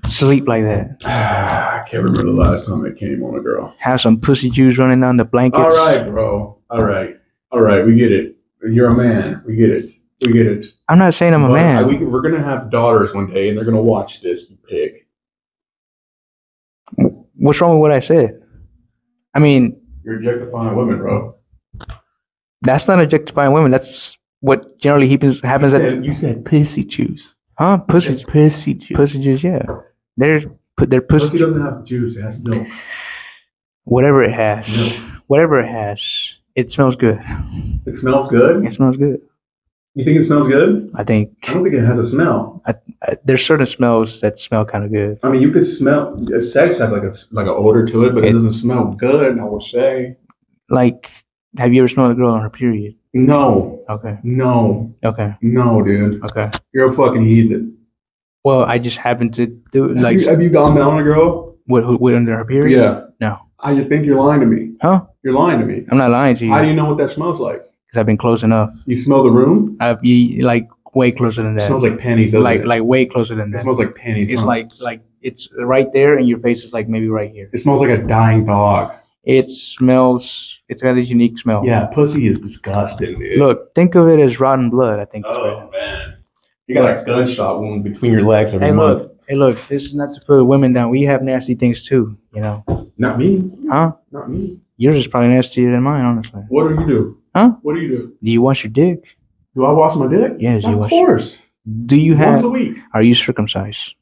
Speaker 2: sleep like that.
Speaker 1: I can't remember the last time I came on a girl.
Speaker 2: Have some pussy juice running down the blankets.
Speaker 1: All right, bro. All right. All right. We get it. You're a man. We get it. We get it.
Speaker 2: I'm not saying I'm a
Speaker 1: But
Speaker 2: man.
Speaker 1: I- we, we're going to have daughters one day and they're going to watch this, you pig.
Speaker 2: What's wrong with what I said? I mean,
Speaker 1: You're objectifying women, bro.
Speaker 2: that's not objectifying women. That's what generally happens happens at
Speaker 1: you said pissy juice.
Speaker 2: huh pussy
Speaker 1: Pissy juice.
Speaker 2: pussy juice. Yeah, there's put their
Speaker 1: Pussy
Speaker 2: pussy
Speaker 1: doesn't have juice. It has milk.
Speaker 2: whatever it has, whatever it has. It smells good.
Speaker 1: It smells good.
Speaker 2: It smells good.
Speaker 1: You think it smells good?
Speaker 2: I think
Speaker 1: I don't think it has a smell.
Speaker 2: uh, there's certain smells that smell kind of good.
Speaker 1: I mean, you could smell sex has like a like an odor to it, but
Speaker 2: It-
Speaker 1: it doesn't smell good. I would say
Speaker 2: Like, have you ever smelled a girl on her period?
Speaker 1: no,
Speaker 2: Okay,
Speaker 1: no,
Speaker 2: okay,
Speaker 1: no, dude.
Speaker 2: okay.
Speaker 1: You're a fucking heathen.
Speaker 2: Well, I just happened to do
Speaker 1: Have
Speaker 2: like
Speaker 1: you, have you gone down on a girl?
Speaker 2: what who- what under her period.
Speaker 1: Yeah.
Speaker 2: No.
Speaker 1: I just think you're lying to me.
Speaker 2: Huh?
Speaker 1: You're lying to me.
Speaker 2: I'm not lying to you
Speaker 1: How do
Speaker 2: because
Speaker 1: you know what that smells like?
Speaker 2: I've been close enough.
Speaker 1: You smell the room.
Speaker 2: I've you, like way closer than
Speaker 1: It
Speaker 2: that.
Speaker 1: smells like panties. doesn't
Speaker 2: like
Speaker 1: it?
Speaker 2: like way closer than
Speaker 1: it
Speaker 2: that.
Speaker 1: smells like panties.
Speaker 2: It's
Speaker 1: huh?
Speaker 2: like like it's right there, and your face is like maybe right here.
Speaker 1: it smells like a dying dog.
Speaker 2: It smells. It's got this unique smell.
Speaker 1: Yeah, pussy is disgusting, dude.
Speaker 2: Look, think of it as rotten blood. I think. it's right.
Speaker 1: oh man, you got a gunshot wound between your legs every
Speaker 2: Hey
Speaker 1: month.
Speaker 2: look, hey look. This is not to put women down. We have nasty things too. You know,
Speaker 1: Not me.
Speaker 2: huh?
Speaker 1: Not me.
Speaker 2: Yours is probably nastier than mine, honestly.
Speaker 1: What do you do?
Speaker 2: Huh?
Speaker 1: What do you do?
Speaker 2: Do you wash your dick?
Speaker 1: Do I wash my dick?
Speaker 2: Yes, you
Speaker 1: of
Speaker 2: wash-
Speaker 1: course.
Speaker 2: Do you
Speaker 1: Once
Speaker 2: have?
Speaker 1: a week.
Speaker 2: Are you circumcised?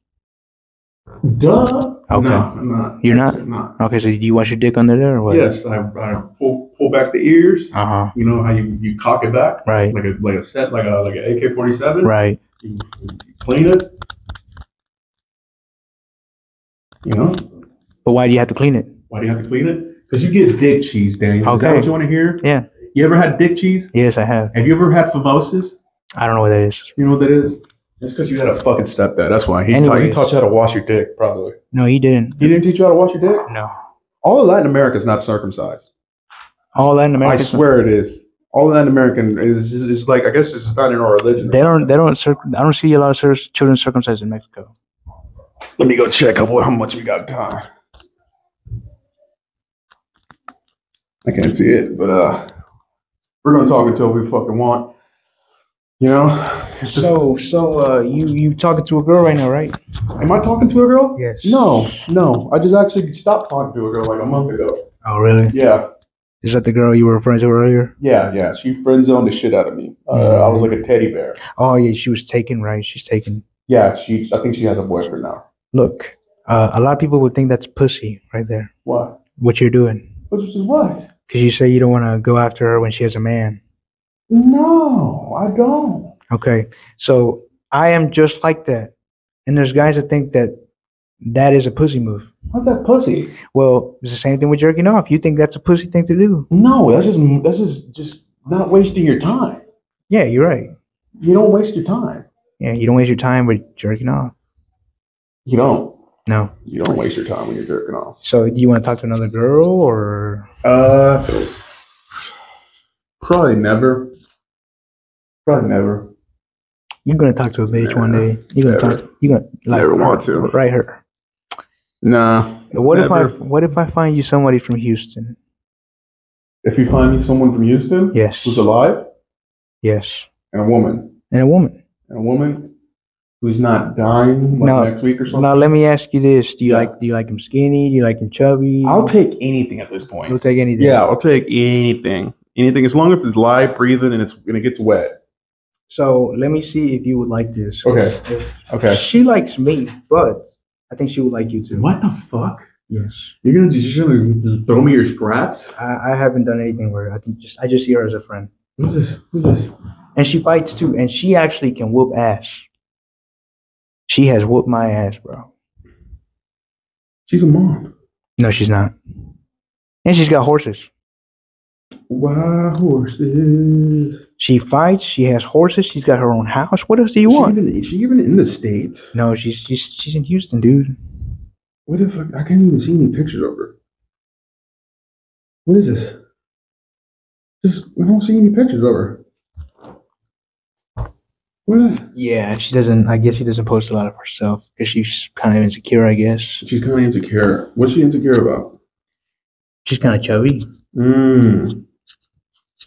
Speaker 1: Duh. No,
Speaker 2: Okay.
Speaker 1: I'm not.
Speaker 2: You're not?
Speaker 1: I'm not.
Speaker 2: Okay, so do you wash your dick under there or what?
Speaker 1: Yes, I, I pull pull back the ears.
Speaker 2: Uh huh.
Speaker 1: You know how you, you cock it back
Speaker 2: Right.
Speaker 1: like a like a set like a like an AK forty seven.
Speaker 2: Right.
Speaker 1: You, you clean it. You know
Speaker 2: But why do you have to clean it?
Speaker 1: why do you have to clean it? Because you get dick cheese, Daniel. Is that
Speaker 2: Okay.
Speaker 1: what you want to hear?
Speaker 2: Yeah.
Speaker 1: You ever had dick cheese?
Speaker 2: Yes, I have.
Speaker 1: Have you ever had phimosis?
Speaker 2: I don't know what that is.
Speaker 1: You know what that is? It's because you had a fucking stepdad. That's why he, taught he
Speaker 2: Anyways.
Speaker 1: taught you how to wash your dick. Probably.
Speaker 2: No, he didn't.
Speaker 1: He didn't teach you how to wash your dick.
Speaker 2: No.
Speaker 1: All of Latin America is not circumcised.
Speaker 2: All Latin America.
Speaker 1: I swear it is. All of Latin American is is like I guess it's not in our religion.
Speaker 2: They don't. They don't. Circ- I don't see a lot of cir- children circumcised in Mexico.
Speaker 1: Let me go check up how much we got time. I can't see it, but uh, we're gonna talk until we fucking want. You know?
Speaker 2: *laughs* So, so uh, you you talking to a girl right now, right?
Speaker 1: Am I talking to a girl?
Speaker 2: Yes.
Speaker 1: No, no. I just actually stopped talking to a girl like a month ago.
Speaker 2: Oh, really?
Speaker 1: Yeah,
Speaker 2: Is that the girl you were referring to earlier?
Speaker 1: yeah, yeah. She friend zoned the shit out of me. Uh, I was like a teddy bear.
Speaker 2: Oh, yeah. She was taken, right? She's taken.
Speaker 1: Yeah, she. I think she has a boyfriend now.
Speaker 2: Look, uh, a lot of people would think that's pussy right there.
Speaker 1: What?
Speaker 2: What you're doing?
Speaker 1: Which is what?
Speaker 2: Because you say you don't want to go after her when she has a man.
Speaker 1: No, I don't.
Speaker 2: Okay. So I am just like that, and there's guys that think that that is a pussy move.
Speaker 1: What's that pussy?
Speaker 2: Well, it's the same thing with jerking off. You think that's a pussy thing to do?
Speaker 1: No, that's just that's just just not wasting your time.
Speaker 2: Yeah, you're right.
Speaker 1: You don't waste your time.
Speaker 2: Yeah, you don't waste your time with jerking off.
Speaker 1: You don't.
Speaker 2: No.
Speaker 1: You don't waste your time when you're jerking off.
Speaker 2: So do you want to talk to another girl or?
Speaker 6: Uh,
Speaker 1: Probably never. Probably never.
Speaker 2: You're gonna talk to a bitch one
Speaker 1: Nah,
Speaker 2: day. You're gonna
Speaker 1: never.
Speaker 2: talk. You're gonna like
Speaker 1: Never want to.
Speaker 2: right her.
Speaker 1: Nah.
Speaker 2: What if
Speaker 1: Never.
Speaker 2: I what if I find you somebody from Houston?
Speaker 1: If you find me someone from Houston,
Speaker 2: Yes.
Speaker 1: who's alive
Speaker 2: Yes,
Speaker 1: and a woman,
Speaker 2: and a woman.
Speaker 1: and a woman who's not dying like
Speaker 2: No.
Speaker 1: next week or something,
Speaker 2: Now let me ask you this: Do you
Speaker 1: Yeah.
Speaker 2: like do you like him skinny? Do you like him chubby?
Speaker 1: I'll take anything at this
Speaker 2: You'll
Speaker 1: point.
Speaker 2: take anything.
Speaker 1: Yeah, I'll take anything, anything as long as it's live, breathing, and it's and it gets wet.
Speaker 2: So let me see if you would like this.
Speaker 1: Okay. Okay.
Speaker 2: She likes me, but I think she would like you too.
Speaker 1: What the fuck?
Speaker 2: Yes.
Speaker 1: You're gonna just, you're gonna just throw me your scraps?
Speaker 2: I, I haven't done anything where I think just I just see her as a friend,
Speaker 1: Who's this? Who's this?
Speaker 2: and she fights too, and she actually can whoop ass. She has whooped my ass, bro.
Speaker 1: She's a mom.
Speaker 2: No, she's not. And she's got horses.
Speaker 1: Why horses?
Speaker 2: She fights. She has horses. She's got her own house. What else do you
Speaker 1: Is she
Speaker 2: want?
Speaker 1: even- is she even in the states?
Speaker 2: No, she's she's she's in Houston, dude.
Speaker 1: What the fuck? I can't even see any pictures of her. What is this? Just I don't see any pictures of her. What?
Speaker 2: Yeah, she doesn't. I guess she doesn't post a lot of herself because she's kind of insecure. I guess
Speaker 1: She's kind of insecure. What's she insecure about?
Speaker 2: she's kind of chubby, and
Speaker 1: Mmm.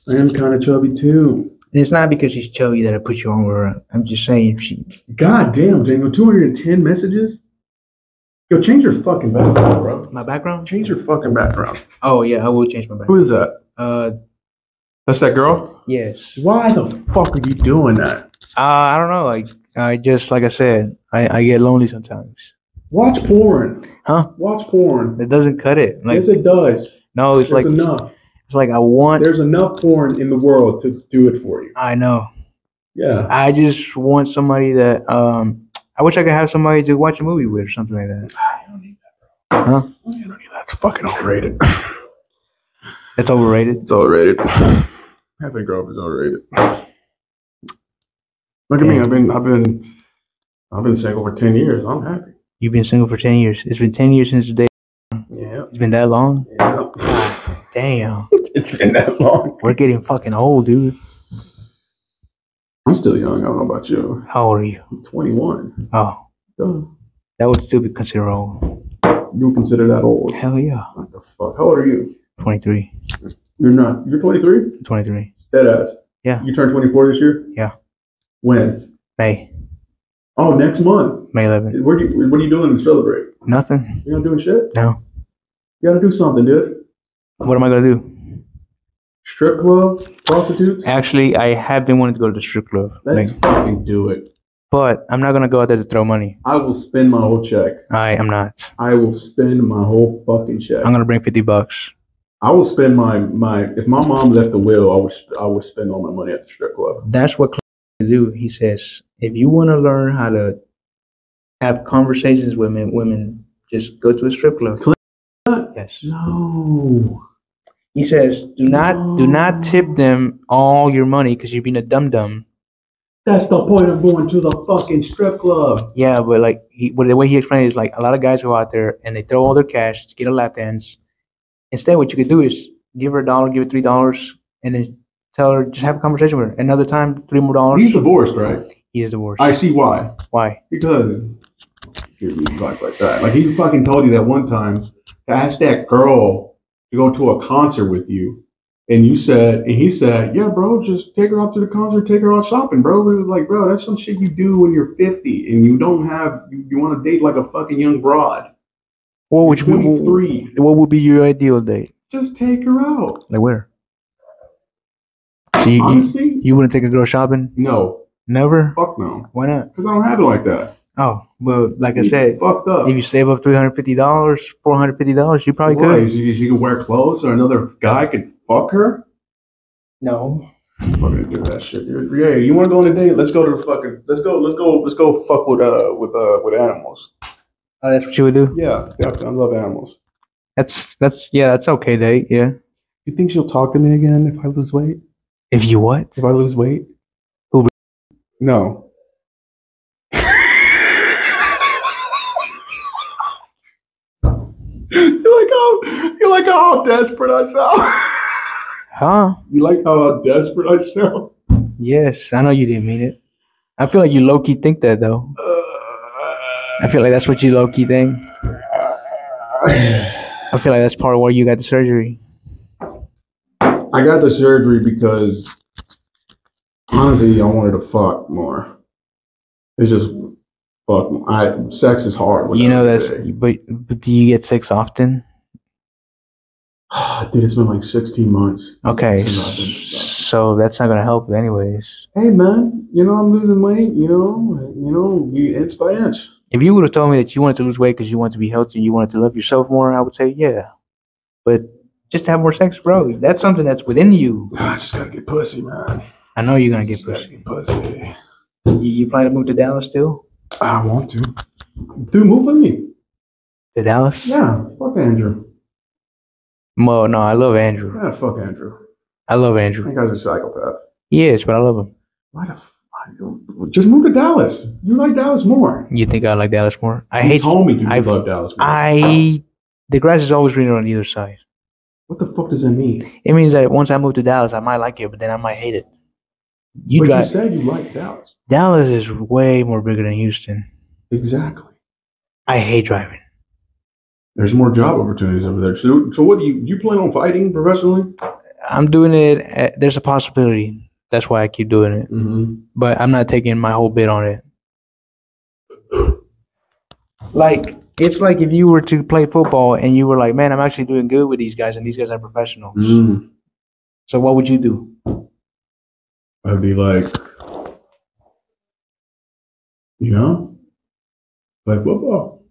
Speaker 1: I am kind of chubby too.
Speaker 2: it's not because she's chubby that I put you on with her. I'm just saying she.
Speaker 1: God damn, Django. 210 messages? Yo, change your fucking background, bro.
Speaker 2: My background?
Speaker 1: Change your fucking background.
Speaker 2: Oh yeah, I will change my
Speaker 1: Who
Speaker 2: background.
Speaker 1: is that?
Speaker 2: Uh,
Speaker 1: That's that girl?
Speaker 2: yes.
Speaker 1: Why the fuck are you doing that?
Speaker 2: Uh, I don't know. Like I just like I said, I I get lonely sometimes.
Speaker 1: Watch porn.
Speaker 2: Huh?
Speaker 1: Watch porn.
Speaker 2: It doesn't cut it. Like
Speaker 1: yes, it does.
Speaker 2: no, it's
Speaker 1: There's
Speaker 2: like
Speaker 1: enough.
Speaker 2: it's like I want.
Speaker 1: There's enough porn in the world to do it for you.
Speaker 2: I know.
Speaker 1: Yeah.
Speaker 2: I just want somebody that um. I wish I could have somebody to watch a movie with or something like that.
Speaker 1: That's fucking overrated.
Speaker 2: That's overrated.
Speaker 1: It's overrated. *sighs* Having a girlfriend's overrated. Look at me. I've been I've been I've been single for ten years. I'm happy.
Speaker 2: You've been single for 10 years. It's been 10 years since the day.
Speaker 1: Yeah.
Speaker 2: It's been that long?
Speaker 1: yeah.
Speaker 2: Damn.
Speaker 1: *laughs* it's been that long.
Speaker 2: We're getting fucking old, dude.
Speaker 1: I'm still young. I don't know about you.
Speaker 2: How old are you?
Speaker 1: I'm 21.
Speaker 2: Oh,
Speaker 1: Duh. You
Speaker 2: that would still be considered old.
Speaker 1: would consider that old?
Speaker 2: Hell yeah.
Speaker 1: What the fuck? How old are you?
Speaker 2: 23.
Speaker 1: You're not. You're 23.
Speaker 2: 23.
Speaker 1: Dead ass.
Speaker 2: Yeah.
Speaker 1: You turned 24 this year.
Speaker 2: Yeah.
Speaker 1: When?
Speaker 2: May.
Speaker 1: Oh, next month.
Speaker 2: May 11th.
Speaker 1: What are you, what are you doing to celebrate?
Speaker 2: Nothing.
Speaker 1: You're not doing shit?
Speaker 2: No.
Speaker 1: You gotta do something, dude.
Speaker 2: What am I going to do?
Speaker 1: Strip club, prostitutes.
Speaker 2: Actually, I have been wanting to go to the strip club.
Speaker 1: Let's
Speaker 2: like,
Speaker 1: fucking do it.
Speaker 2: but I'm not going to go out there to throw money.
Speaker 1: I will spend my whole check.
Speaker 2: I am not.
Speaker 1: I will spend my whole fucking check.
Speaker 2: I'm going to bring 50 bucks.
Speaker 1: I will spend my my. If my mom left the will, I would sp- I would spend all my money at the strip club.
Speaker 2: That's what Cl- do. He says, if you want to learn how to have conversations with women, women just go to a strip club. Yes.
Speaker 1: No.
Speaker 2: He says, "Do not, do not tip them all your money because you're being a dum dum."
Speaker 1: That's the point of going to the fucking strip club.
Speaker 2: Yeah, but like, he, but the way he explained it is like a lot of guys go out there and they throw all their cash to get a lap dance, Instead, what you could do is give her a dollar, give her three dollars, and then tell her just have a conversation with her. Another time, three more dollars.
Speaker 1: He's divorced, right?
Speaker 2: He is divorced.
Speaker 1: I see why.
Speaker 2: Why?
Speaker 1: Because give me advice like that. Like he fucking told you that one time to ask that girl to go to a concert with you. And you said, and he said, yeah, bro, just take her out to the concert, take her out shopping, bro. It was like, bro, that's some shit you do when you're 50 and you don't have, you, you want to date like a fucking young broad.
Speaker 2: What would you? What
Speaker 1: 23.
Speaker 2: would be your ideal date?
Speaker 1: Just take her out.
Speaker 2: Like where? So you, you,
Speaker 1: Honestly,
Speaker 2: you wouldn't take a girl shopping?
Speaker 1: no.
Speaker 2: Never.
Speaker 1: Fuck no.
Speaker 2: Why not?
Speaker 1: Because I don't have it like that.
Speaker 2: Oh, well, like I
Speaker 1: You
Speaker 2: said,
Speaker 1: fucked up.
Speaker 2: if you save up three hundred fifty dollars, four hundred fifty dollars, you probably
Speaker 1: Why?
Speaker 2: could.
Speaker 1: She, she could wear clothes or another guy could fuck her?
Speaker 2: No.
Speaker 1: Fucking do that shit. Yeah, you want to go on a date? Let's go to the fucking. Let's go. Let's go. Let's go. Fuck with uh with uh with animals.
Speaker 2: Oh, that's what you would do.
Speaker 1: Yeah, definitely. I love animals.
Speaker 2: That's that's yeah, that's okay date. Yeah.
Speaker 1: You think she'll talk to me again if I lose weight?
Speaker 2: If you what?
Speaker 1: If I lose weight?
Speaker 2: Who-
Speaker 1: *laughs* No. *laughs* you like how you like how desperate I sound. *laughs*
Speaker 2: Huh?
Speaker 1: you like how desperate I sound. *laughs*
Speaker 2: Yes, I know you didn't mean it. I feel like you low key think that though. I feel like that's what you low key think. I feel like that's part of why you got the surgery.
Speaker 1: I got the surgery because honestly, I wanted to fuck more. It's just fuck. I sex is hard.
Speaker 2: you know
Speaker 1: without
Speaker 2: that's
Speaker 1: a dick.
Speaker 2: but, but do you get sex often?
Speaker 1: *sighs* dude. It's been like sixteen months.
Speaker 2: Okay.
Speaker 1: It's
Speaker 2: s-
Speaker 1: nothing.
Speaker 2: So that's not gonna help anyways.
Speaker 1: Hey man, you know I'm losing weight. You know, you know, you, inch by inch.
Speaker 2: If you would have told me that you wanted to lose weight because you wanted to be healthy, you wanted to love yourself more, I would say yeah. But just to have more sex, bro. That's something that's within you.
Speaker 1: *sighs* I just gotta get pussy, man.
Speaker 2: I know you're gonna get
Speaker 1: Just gotta
Speaker 2: pussy.
Speaker 1: get pussy.
Speaker 2: You, you plan to move to Dallas still?
Speaker 1: I want to. Dude, move with me.
Speaker 2: To Dallas?
Speaker 1: Yeah, fuck Andrew.
Speaker 2: Well, no, I love Andrew.
Speaker 1: Yeah, fuck Andrew.
Speaker 2: I love Andrew.
Speaker 1: That guy's a psychopath.
Speaker 2: Yes, but I love him.
Speaker 1: Why the f- I don't- just move to Dallas? You like Dallas more.
Speaker 2: You think I like Dallas more? I
Speaker 1: you
Speaker 2: hate.
Speaker 1: told me you
Speaker 2: I've-
Speaker 1: love Dallas. More.
Speaker 2: I. The grass is always greener on either side.
Speaker 1: what the fuck does that mean?
Speaker 2: It means that once I move to Dallas, I might like it, but then I might hate it. You
Speaker 1: but
Speaker 2: drive.
Speaker 1: you said you like Dallas.
Speaker 2: Dallas is way more bigger than Houston.
Speaker 1: Exactly.
Speaker 2: I hate driving.
Speaker 1: There's more job opportunities over there. So, so what do you you plan on fighting professionally?
Speaker 2: I'm doing it. At, there's a possibility. That's why I keep doing it.
Speaker 1: Mm-hmm.
Speaker 2: But I'm not taking my whole bid on it. Like it's like if you were to play football and you were like, "Man, I'm actually doing good with these guys, and these guys are professionals."
Speaker 1: Mm.
Speaker 2: So what would you do?
Speaker 1: I'd be like, you know, like football.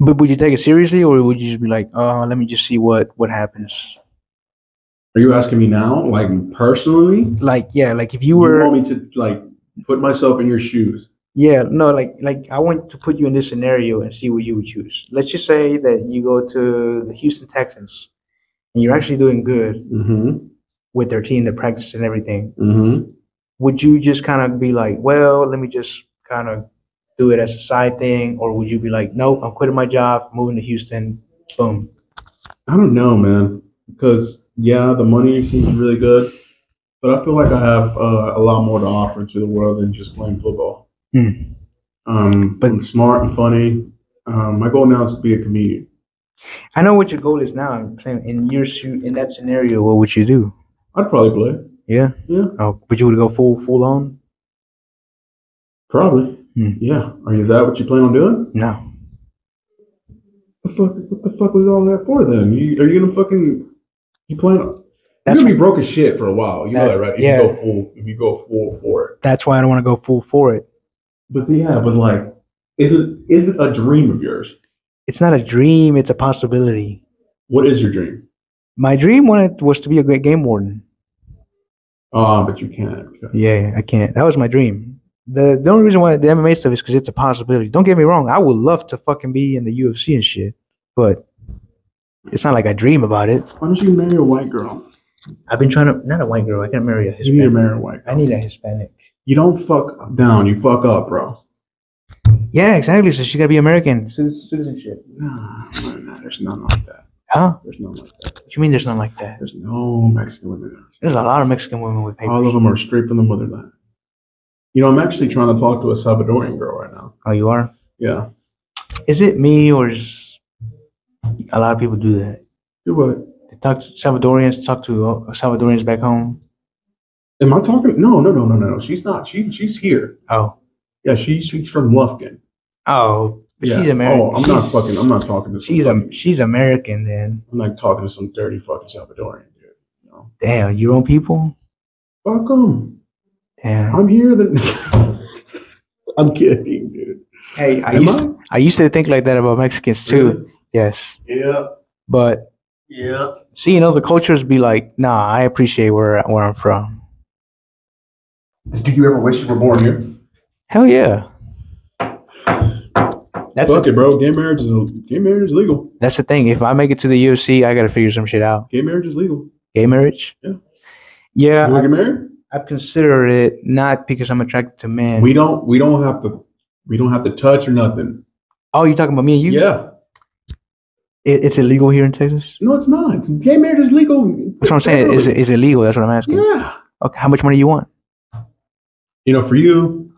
Speaker 2: But would you take it seriously, or would you just be like, "Oh, let me just see what what happens"?
Speaker 1: Are you asking me now, like personally?
Speaker 2: Like, yeah, like if you
Speaker 1: You,
Speaker 2: were,
Speaker 1: want me to like put myself in your shoes?
Speaker 2: yeah, no, like like I want to put you in this scenario and see what you would choose. Let's just say that you go to the Houston Texans and you're actually doing good
Speaker 1: Mm-hmm.
Speaker 2: with their team, the practice and everything.
Speaker 1: Mm-hmm.
Speaker 2: Would you just kind of be like, "Well, let me just kind of do it as a side thing," or would you be like, "Nope, I'm quitting my job, moving to Houston, boom"?
Speaker 1: I don't know, man. Because yeah, the money seems really good, but I feel like I have uh, a lot more to offer to the world than just playing football.
Speaker 2: Hmm.
Speaker 1: Um,
Speaker 2: But-
Speaker 1: I'm smart and funny. Um, my goal now is to be a comedian.
Speaker 2: I know what your goal is now. I'm saying in your shoe, in that scenario, what would you do?
Speaker 1: I'd probably play.
Speaker 2: Yeah.
Speaker 1: Yeah.
Speaker 2: Oh, but you would go full full on?
Speaker 1: Probably.
Speaker 2: Hmm.
Speaker 1: Yeah. I mean, is that what you plan on doing?
Speaker 2: No.
Speaker 1: The fuck, what the fuck was all that for then? You, are you gonna fucking you plan? on- You're
Speaker 2: That's-
Speaker 1: gonna be broke as shit for a while. You know that,
Speaker 2: That-
Speaker 1: right? If
Speaker 2: yeah.
Speaker 1: you go full, if you go full for it.
Speaker 2: That's why I don't want to go full for it.
Speaker 1: But yeah, but like, is it is it a dream of yours?
Speaker 2: It's not a dream. It's a possibility.
Speaker 1: What is your dream?
Speaker 2: My dream wanted was to be a great game warden.
Speaker 1: Ah, but you can't. because-
Speaker 2: Yeah, I can't. That was my dream. The the only reason why the MMA stuff is because it's a possibility. Don't get me wrong. I would love to fucking be in the UFC and shit, but it's not like I dream about it.
Speaker 1: Why don't you marry a white girl?
Speaker 2: I've been trying to not a white girl. I can't marry
Speaker 1: You
Speaker 2: a
Speaker 1: need to
Speaker 2: Hispanic.
Speaker 1: marry a white girl.
Speaker 2: I need a Hispanic.
Speaker 1: You don't fuck down. You fuck up, bro.
Speaker 2: Yeah, exactly. So she's gotta be American.
Speaker 1: Nah, there's nothing like that.
Speaker 2: Huh?
Speaker 1: There's none like that.
Speaker 2: What you mean there's none like that?
Speaker 1: There's no Mexican women.
Speaker 2: There's a lot of Mexican women with papers.
Speaker 1: All of them are straight from the motherland. You know, I'm actually trying to talk to a Salvadorian girl right now.
Speaker 2: Oh, you are?
Speaker 1: Yeah.
Speaker 2: Is it me or is a lot of people do that?
Speaker 1: Do what?
Speaker 2: They talk to Salvadorians, talk to uh, Salvadorians back home.
Speaker 1: Am I talking? No, no, no, no, no, no. She's not. She she's here.
Speaker 2: Oh.
Speaker 1: Yeah, she, she's from Lufkin.
Speaker 2: Oh, but
Speaker 1: Yeah.
Speaker 2: she's American.
Speaker 1: Oh, I'm not fucking. I'm not talking to. Some
Speaker 2: She's a,
Speaker 1: fucking,
Speaker 2: she's American then.
Speaker 1: I'm not talking to some dirty fucking Salvadorian dude. You know?
Speaker 2: Damn, your own people?
Speaker 1: Fuck 'em.
Speaker 2: Damn.
Speaker 1: I'm here. Then *laughs* I'm kidding, dude.
Speaker 2: Hey, I
Speaker 1: Am
Speaker 2: used, I used to think like that about Mexicans too.
Speaker 1: Really?
Speaker 2: Yes.
Speaker 1: Yeah.
Speaker 2: But
Speaker 1: Yeah.
Speaker 2: seeing other cultures be like, nah, I appreciate where where I'm from.
Speaker 1: Did you ever wish you were born here?
Speaker 2: Hell yeah. That's
Speaker 1: Fuck it, bro. Gay marriage is gay marriage is legal.
Speaker 2: That's the thing. If I make it to the UFC, I gotta figure some shit out.
Speaker 1: Gay marriage is legal.
Speaker 2: Gay marriage.
Speaker 1: Yeah.
Speaker 2: Yeah,
Speaker 1: You want to get married?
Speaker 2: I- I've considered it not because I'm attracted to men.
Speaker 1: We don't. We don't have to. We don't have to touch or nothing.
Speaker 2: oh, you're talking about me and you?
Speaker 1: yeah.
Speaker 2: It, it's illegal here in Texas.
Speaker 1: No, it's not. Gay marriage is legal.
Speaker 2: That's what I'm saying. Is it is it legal? That's what I'm asking.
Speaker 1: Yeah.
Speaker 2: Okay. How much money you want?
Speaker 1: You know, for you,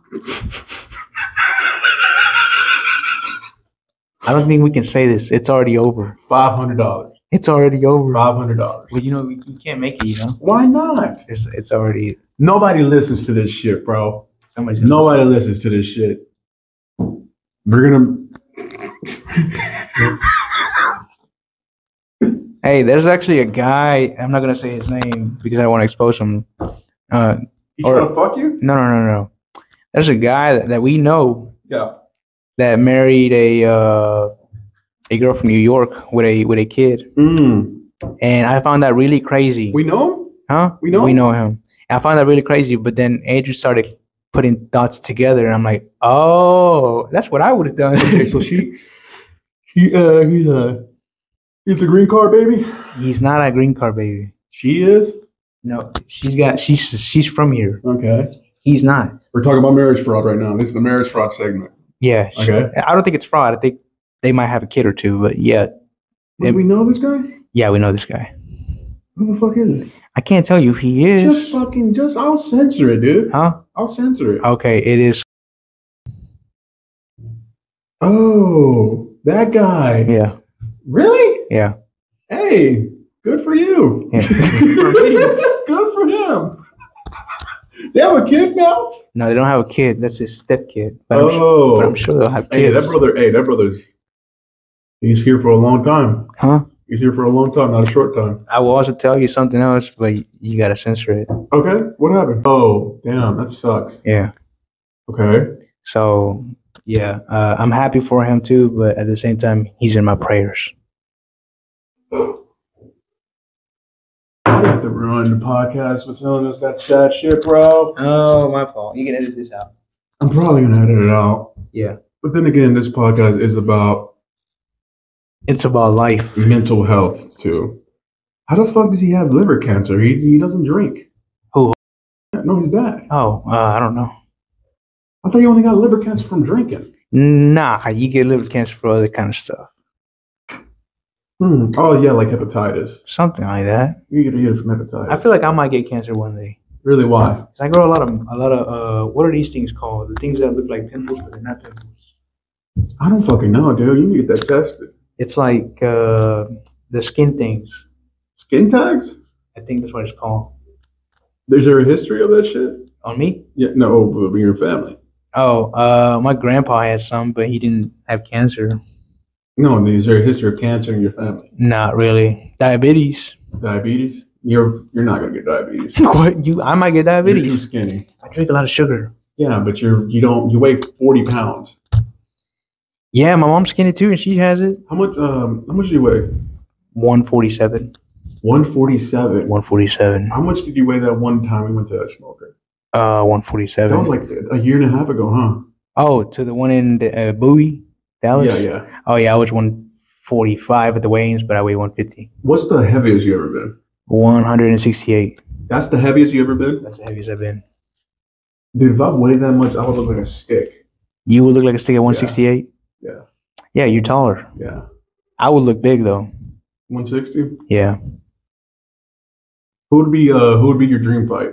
Speaker 2: I don't think we can say this. It's already over.
Speaker 1: five hundred dollars.
Speaker 2: It's already over.
Speaker 1: Five hundred dollars.
Speaker 2: Well, you know, we, we can't make it. You know,
Speaker 1: Why not?
Speaker 2: it's it's already
Speaker 1: Nobody listens to this shit, bro.
Speaker 2: somebody.
Speaker 1: Nobody listens to this shit. We're gonna.
Speaker 2: Hey, there's actually a guy. I'm not gonna say his name because I don't want to expose him. Uh,
Speaker 1: He
Speaker 2: Or-
Speaker 1: to fuck you?
Speaker 2: no, no, no, no. There's a guy that, that we know
Speaker 1: Yeah.
Speaker 2: that married a uh, a girl from New York with a with a kid,
Speaker 1: Mm.
Speaker 2: and I found that really crazy.
Speaker 1: We know him.
Speaker 2: huh?
Speaker 1: we know
Speaker 2: we
Speaker 1: him?
Speaker 2: know him. I found that really crazy, but then Andrew started putting dots together, and I'm like, oh, that's what I would have done.
Speaker 1: Okay, so she, he, uh, he, uh, it's a green card, baby.
Speaker 2: *laughs* He's not a green card baby.
Speaker 1: She is.
Speaker 2: No, she's got she's she's from here.
Speaker 1: Okay.
Speaker 2: He's not.
Speaker 1: We're talking about marriage fraud right now. This is the marriage fraud segment.
Speaker 2: Yeah. she-
Speaker 1: Okay.
Speaker 2: I don't think it's fraud. I think they might have a kid or two, but yeah,
Speaker 1: Did we know this guy?
Speaker 2: yeah, we know this guy.
Speaker 1: Who the fuck is it?
Speaker 2: I can't tell you he
Speaker 1: Just
Speaker 2: is.
Speaker 1: fucking, just I'll censor it, dude.
Speaker 2: Huh?
Speaker 1: I'll censor it.
Speaker 2: Okay, it is.
Speaker 1: Oh, that guy.
Speaker 2: Yeah,
Speaker 1: Really?
Speaker 2: yeah.
Speaker 1: Hey, good for you. *laughs*
Speaker 2: Yeah.
Speaker 1: good for him. They have a kid now.
Speaker 2: No, they don't have a kid. That's his step kid. But, I'm, sure,
Speaker 1: oh,
Speaker 2: but I'm sure they'll have kids.
Speaker 1: hey, that brother. Hey, that brother's. He's here for a long time.
Speaker 2: Huh?
Speaker 1: He's here for a long time, not a short time.
Speaker 2: I will also tell you something else, but y- you gotta censor it.
Speaker 1: Okay, what happened? Oh, damn, that sucks.
Speaker 2: Yeah.
Speaker 1: Okay,
Speaker 2: So yeah, uh, I'm happy for him too, but at the same time, he's in my prayers.
Speaker 1: I have to ruin the podcast with telling us that sad shit, bro.
Speaker 2: Oh, my fault. You can edit this out.
Speaker 1: I'm probably gonna edit it out.
Speaker 2: Yeah.
Speaker 1: But then again, this podcast is about
Speaker 2: It's about life.
Speaker 1: mental health too. How the fuck does he have liver cancer? He he doesn't drink.
Speaker 2: Who?
Speaker 1: Yeah, No, his dad.
Speaker 2: Oh, uh, I don't know.
Speaker 1: I thought he only got liver cancer from drinking.
Speaker 2: Nah, you get liver cancer for other kind of stuff,
Speaker 1: Hmm. Oh yeah, like hepatitis.
Speaker 2: something like that.
Speaker 1: You get it from hepatitis.
Speaker 2: I feel like I might get cancer one day.
Speaker 1: really why?
Speaker 2: 'Cause I grow a lot of a lot of uh, what are these things called? The things that look like pimples, but they're not pimples.
Speaker 1: I don't fucking know, dude. You need to get that tested.
Speaker 2: It's like uh, the skin things.
Speaker 1: Skin tags?
Speaker 2: I think that's what it's called.
Speaker 1: Is there a history of that shit?
Speaker 2: On me?
Speaker 1: Yeah. No, oh, but in your family.
Speaker 2: Oh, uh, my grandpa had some, but he didn't have cancer.
Speaker 1: No, is there a history of cancer in your family?
Speaker 2: Not really. Diabetes. *laughs*
Speaker 1: Diabetes? You're you're not gonna get diabetes.
Speaker 2: what you? I might get
Speaker 1: You're too
Speaker 2: *laughs* diabetes.
Speaker 1: skinny.
Speaker 2: *laughs* I drink a lot of sugar.
Speaker 1: Yeah, but you're you don't you weigh forty pounds.
Speaker 2: Yeah, my mom's skinny too, and she has it.
Speaker 1: How much um how much do you weigh?
Speaker 2: One forty-seven.
Speaker 1: 147.
Speaker 2: One forty-seven.
Speaker 1: How much did you weigh that one time we went to that smoker?
Speaker 2: Uh, one
Speaker 1: That was
Speaker 2: forty-seven.
Speaker 1: like a year and a half ago, huh?
Speaker 2: Oh, to the one in the, uh, Bowie, Dallas.
Speaker 1: Yeah, yeah.
Speaker 2: Oh yeah, I was one forty-five at the weigh-ins, but I weigh one fifty.
Speaker 1: What's the heaviest you ever been?
Speaker 2: One hundred and sixty-eight.
Speaker 1: That's the heaviest you ever been?
Speaker 2: That's the heaviest I've been.
Speaker 1: Dude, if I weighed that much, I would look like a stick.
Speaker 2: You would look like a stick at one sixty-eight.
Speaker 1: Yeah.
Speaker 2: Yeah, you're taller.
Speaker 1: Yeah.
Speaker 2: I would look big though.
Speaker 1: 160.
Speaker 2: Yeah.
Speaker 1: Who would be uh who would be your dream fight?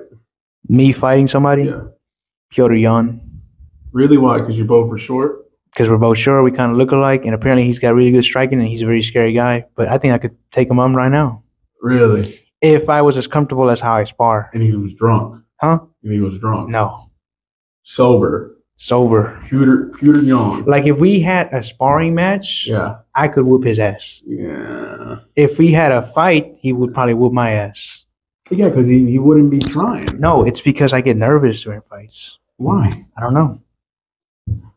Speaker 2: Me fighting somebody?
Speaker 1: Yeah.
Speaker 2: Piotr Jan.
Speaker 1: Really? Why? Because you both were short.
Speaker 2: Because we're both short, we kind of look alike, and apparently he's got really good striking, and he's a very scary guy. But I think I could take him on right now
Speaker 1: Really?
Speaker 2: if I was as comfortable as how I spar.
Speaker 1: And he was drunk.
Speaker 2: Huh?
Speaker 1: And he was drunk.
Speaker 2: No,
Speaker 1: Sober.
Speaker 2: it's over.
Speaker 1: Pewter pewter yawn.
Speaker 2: Like if we had a sparring match,
Speaker 1: Yeah.
Speaker 2: I could whoop his ass.
Speaker 1: Yeah.
Speaker 2: If we had a fight, he would probably whoop my ass.
Speaker 1: Yeah, because he, he wouldn't be trying.
Speaker 2: No, it's because I get nervous during fights.
Speaker 1: Why?
Speaker 2: I don't know.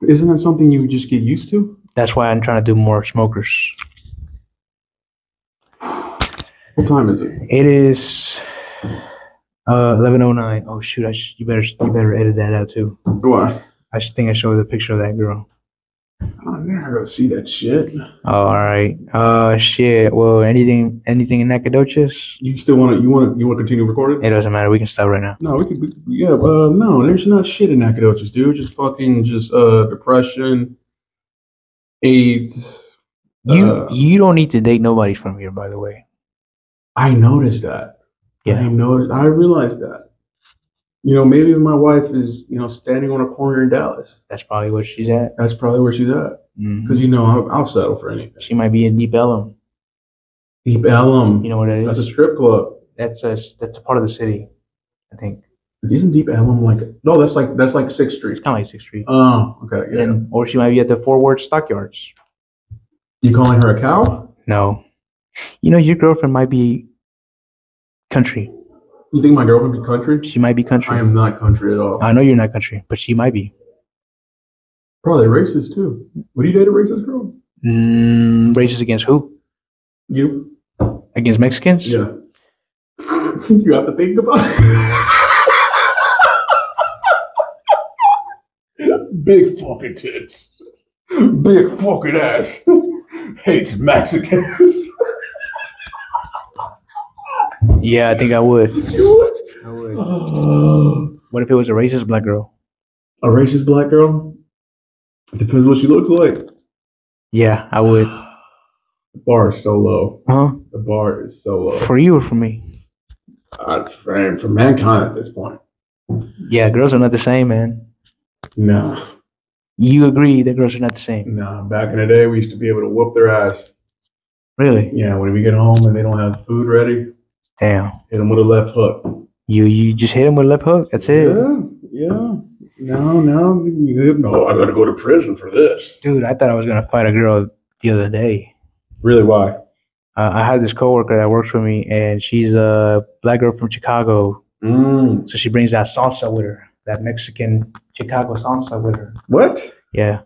Speaker 1: Isn't that something you just get used to?
Speaker 2: That's why I'm trying to do more smokers.
Speaker 1: What time is it?
Speaker 2: It is uh, 11:09. Oh shoot! I sh- you better you better edit that out too.
Speaker 1: Why?
Speaker 2: I sh- think I showed the picture of that girl.
Speaker 1: I'm never gonna see that shit.
Speaker 2: Oh, all right. Uh, shit. Well, anything anything in Nacogdoches?
Speaker 1: You still want to? You want to? You want to continue recording?
Speaker 2: It doesn't matter. We can stop right now.
Speaker 1: No, we could. We, yeah, uh, no, there's not shit in Nacogdoches, dude. Just fucking, just uh, depression, AIDS.
Speaker 2: You
Speaker 1: Uh.
Speaker 2: you don't need to date nobody from here, by the way.
Speaker 1: I noticed that.
Speaker 2: Yeah.
Speaker 1: I noticed. I realized that. You know, maybe my wife is, you know, standing on a corner in Dallas.
Speaker 2: That's probably where she's at.
Speaker 1: That's probably where she's at.
Speaker 2: Mhm.
Speaker 1: Because you know, I'll, I'll settle for anything.
Speaker 2: She might be in Deep Ellum.
Speaker 1: Deep Ellum.
Speaker 2: You know what that
Speaker 1: that's a
Speaker 2: is?
Speaker 1: strip club.
Speaker 2: That's a s- that's a part of the city, I think.
Speaker 1: Isn't Deep Ellum like? No, that's like that's like Sixth Street.
Speaker 2: It's kind of like Sixth Street.
Speaker 1: Oh, okay. Yeah.
Speaker 2: And, or she might be at the Fort Worth Stockyards.
Speaker 1: You calling her a cow?
Speaker 2: No. You know, your girlfriend might be country.
Speaker 1: You think my girlfriend be country?
Speaker 2: She might be country.
Speaker 1: I am not country at all.
Speaker 2: I know you're not country, but she might be.
Speaker 1: Probably racist too. Would you date a racist girl?
Speaker 2: Mm, racist against who?
Speaker 1: You?
Speaker 2: Against Mexicans?
Speaker 1: Yeah. *laughs* you have to think about it. *laughs* Big fucking tits. Big fucking ass. *laughs* Hates Mexicans.
Speaker 2: Yeah, I think I would. I
Speaker 1: *laughs*
Speaker 2: would.
Speaker 1: a
Speaker 2: What if it was a racist black girl?
Speaker 1: racist black girl? Depends what she looks like.
Speaker 2: Yeah, I would.
Speaker 1: The bar is so low.
Speaker 2: Huh?
Speaker 1: The bar is so low.
Speaker 2: For you or for me?
Speaker 1: I'm framed for mankind at this point.
Speaker 2: Yeah, girls are not the same, man.
Speaker 1: Nah,
Speaker 2: You agree that girls are not the same.
Speaker 1: nah. uh, Back in the day, we used to be able to whoop their ass.
Speaker 2: Really?
Speaker 1: Yeah, when we get home and they don't have food ready,
Speaker 2: Damn.
Speaker 1: hit them with a left hook.
Speaker 2: You you just hit him with a left hook? That's it.
Speaker 1: Yeah, yeah. No, no, you- no. I gotta go to prison for this.
Speaker 2: Dude, I thought I was gonna fight a girl the other day.
Speaker 1: Really? Why?
Speaker 2: Uh, I have this coworker that works for me, and she's a black girl from Chicago.
Speaker 1: Mm.
Speaker 2: So she brings that salsa with her, that Mexican Chicago salsa with her.
Speaker 1: What?
Speaker 2: Yeah.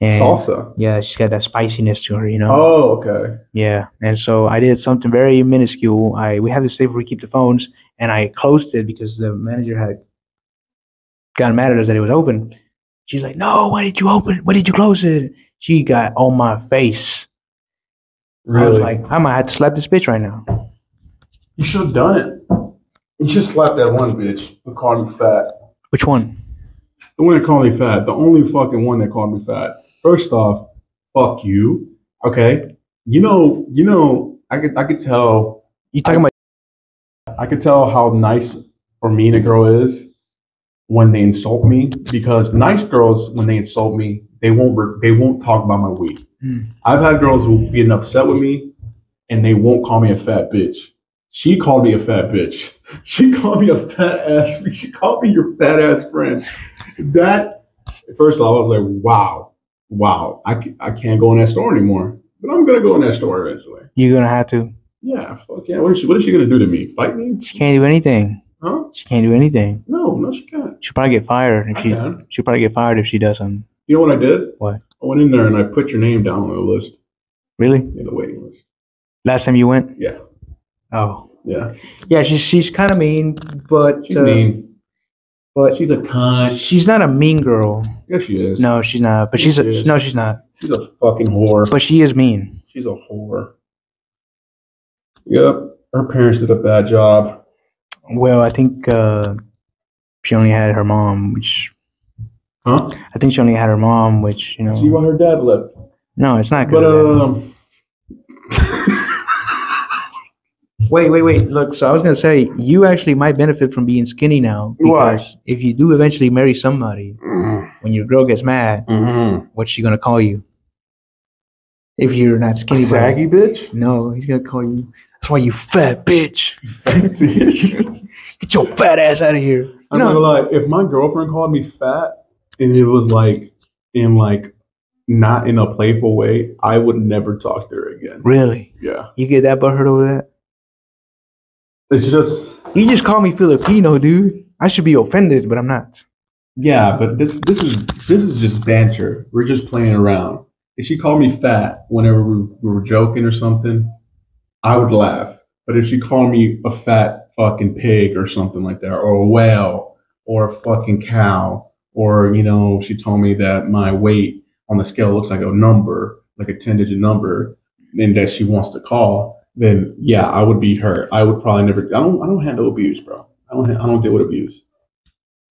Speaker 2: And
Speaker 1: Salsa.
Speaker 2: Yeah, she's got that spiciness to her, you know.
Speaker 1: Oh, okay.
Speaker 2: Yeah, and so I did something very minuscule. I we have this thing where we keep the phones, and I closed it because the manager had gotten mad at us that it was open. She's like, "No, why did you open? Why did you close it?" She got on my face. I was like, "I might have to slap this bitch right now."
Speaker 1: you should have done it. You should slap that one bitch who called me fat.
Speaker 2: Which one?
Speaker 1: The one that called me fat. The only fucking one that called me fat. First off, fuck you. Okay. You know, you know, I could I could tell
Speaker 2: You talking about?
Speaker 1: I could tell how nice or mean a girl is when they insult me because nice girls when they insult me they won't re- they won't talk about my weight.
Speaker 2: Mm.
Speaker 1: I've had girls who getting upset with me and they won't call me a fat bitch. She called me a fat bitch. *laughs* She called me a fat ass. *laughs* She called me your fat ass friend. That first off, I was like, wow, wow. I, ca- I can't go in that store anymore, but I'm gonna go in that store eventually.
Speaker 2: You're gonna have to.
Speaker 1: Yeah, fuck yeah. What is she, what is she gonna do to me? Fight me?
Speaker 2: She can't do anything.
Speaker 1: Huh?
Speaker 2: She can't do anything.
Speaker 1: No, no, she can't.
Speaker 2: She'll probably get fired if
Speaker 1: I
Speaker 2: she.
Speaker 1: can.
Speaker 2: She'll probably get fired if she does something.
Speaker 1: You know what I did?
Speaker 2: What?
Speaker 1: I went in there and I put your name down on the list,
Speaker 2: Really?
Speaker 1: in the waiting list.
Speaker 2: Last time you went?
Speaker 1: Yeah,
Speaker 2: Oh.
Speaker 1: yeah.
Speaker 2: Yeah, she's she's kind of mean, but
Speaker 1: She's
Speaker 2: uh,
Speaker 1: mean.
Speaker 2: but
Speaker 1: She's a cunt.
Speaker 2: She's not a mean girl.
Speaker 1: Yeah, she is.
Speaker 2: No, she's not. But she's a,
Speaker 1: She is.
Speaker 2: no, she's not.
Speaker 1: She's a fucking whore.
Speaker 2: But she is mean.
Speaker 1: She's a whore. Yep. Her parents did a bad job.
Speaker 2: Well, I think uh, she only had her mom, which
Speaker 1: Huh?
Speaker 2: I think she only had her mom, which you
Speaker 1: See
Speaker 2: know.
Speaker 1: why her dad left. um,
Speaker 2: No, it's not. 'cause
Speaker 1: But
Speaker 2: of that.
Speaker 1: um
Speaker 2: Wait, wait, wait. Look, so I was gonna say you actually might benefit from being skinny now
Speaker 1: Why?
Speaker 2: because if you do eventually marry somebody, when your girl gets mad,
Speaker 1: Mm-hmm.
Speaker 2: what's she gonna call you? If you're not skinny, bro.
Speaker 1: Saggy *laughs* bitch.
Speaker 2: No, he's gonna call you. That's why you fat bitch.
Speaker 1: bitch.
Speaker 2: Get your fat ass out of here.
Speaker 7: I'm not
Speaker 2: No.
Speaker 7: gonna lie. If my girlfriend called me fat and it was like in like not in a playful way, I would never talk to her again.
Speaker 2: Really?
Speaker 7: Yeah,
Speaker 2: You get that butthurt over that?
Speaker 7: it's just
Speaker 2: You just call me Filipino, dude. I should be offended, but I'm not.
Speaker 1: Yeah, but this this is this is just banter. We're just playing around. If she called me fat whenever we, we were joking or something, I would laugh. But if she called me a fat fucking pig or something like that, or a whale, or a fucking cow, or you know, she told me that my weight on the scale looks like a number, like a ten digit number, and that she wants to call, then yeah, I would be hurt. I would probably never. I don't. I don't handle abuse, bro. I don't. ha- I don't deal with abuse.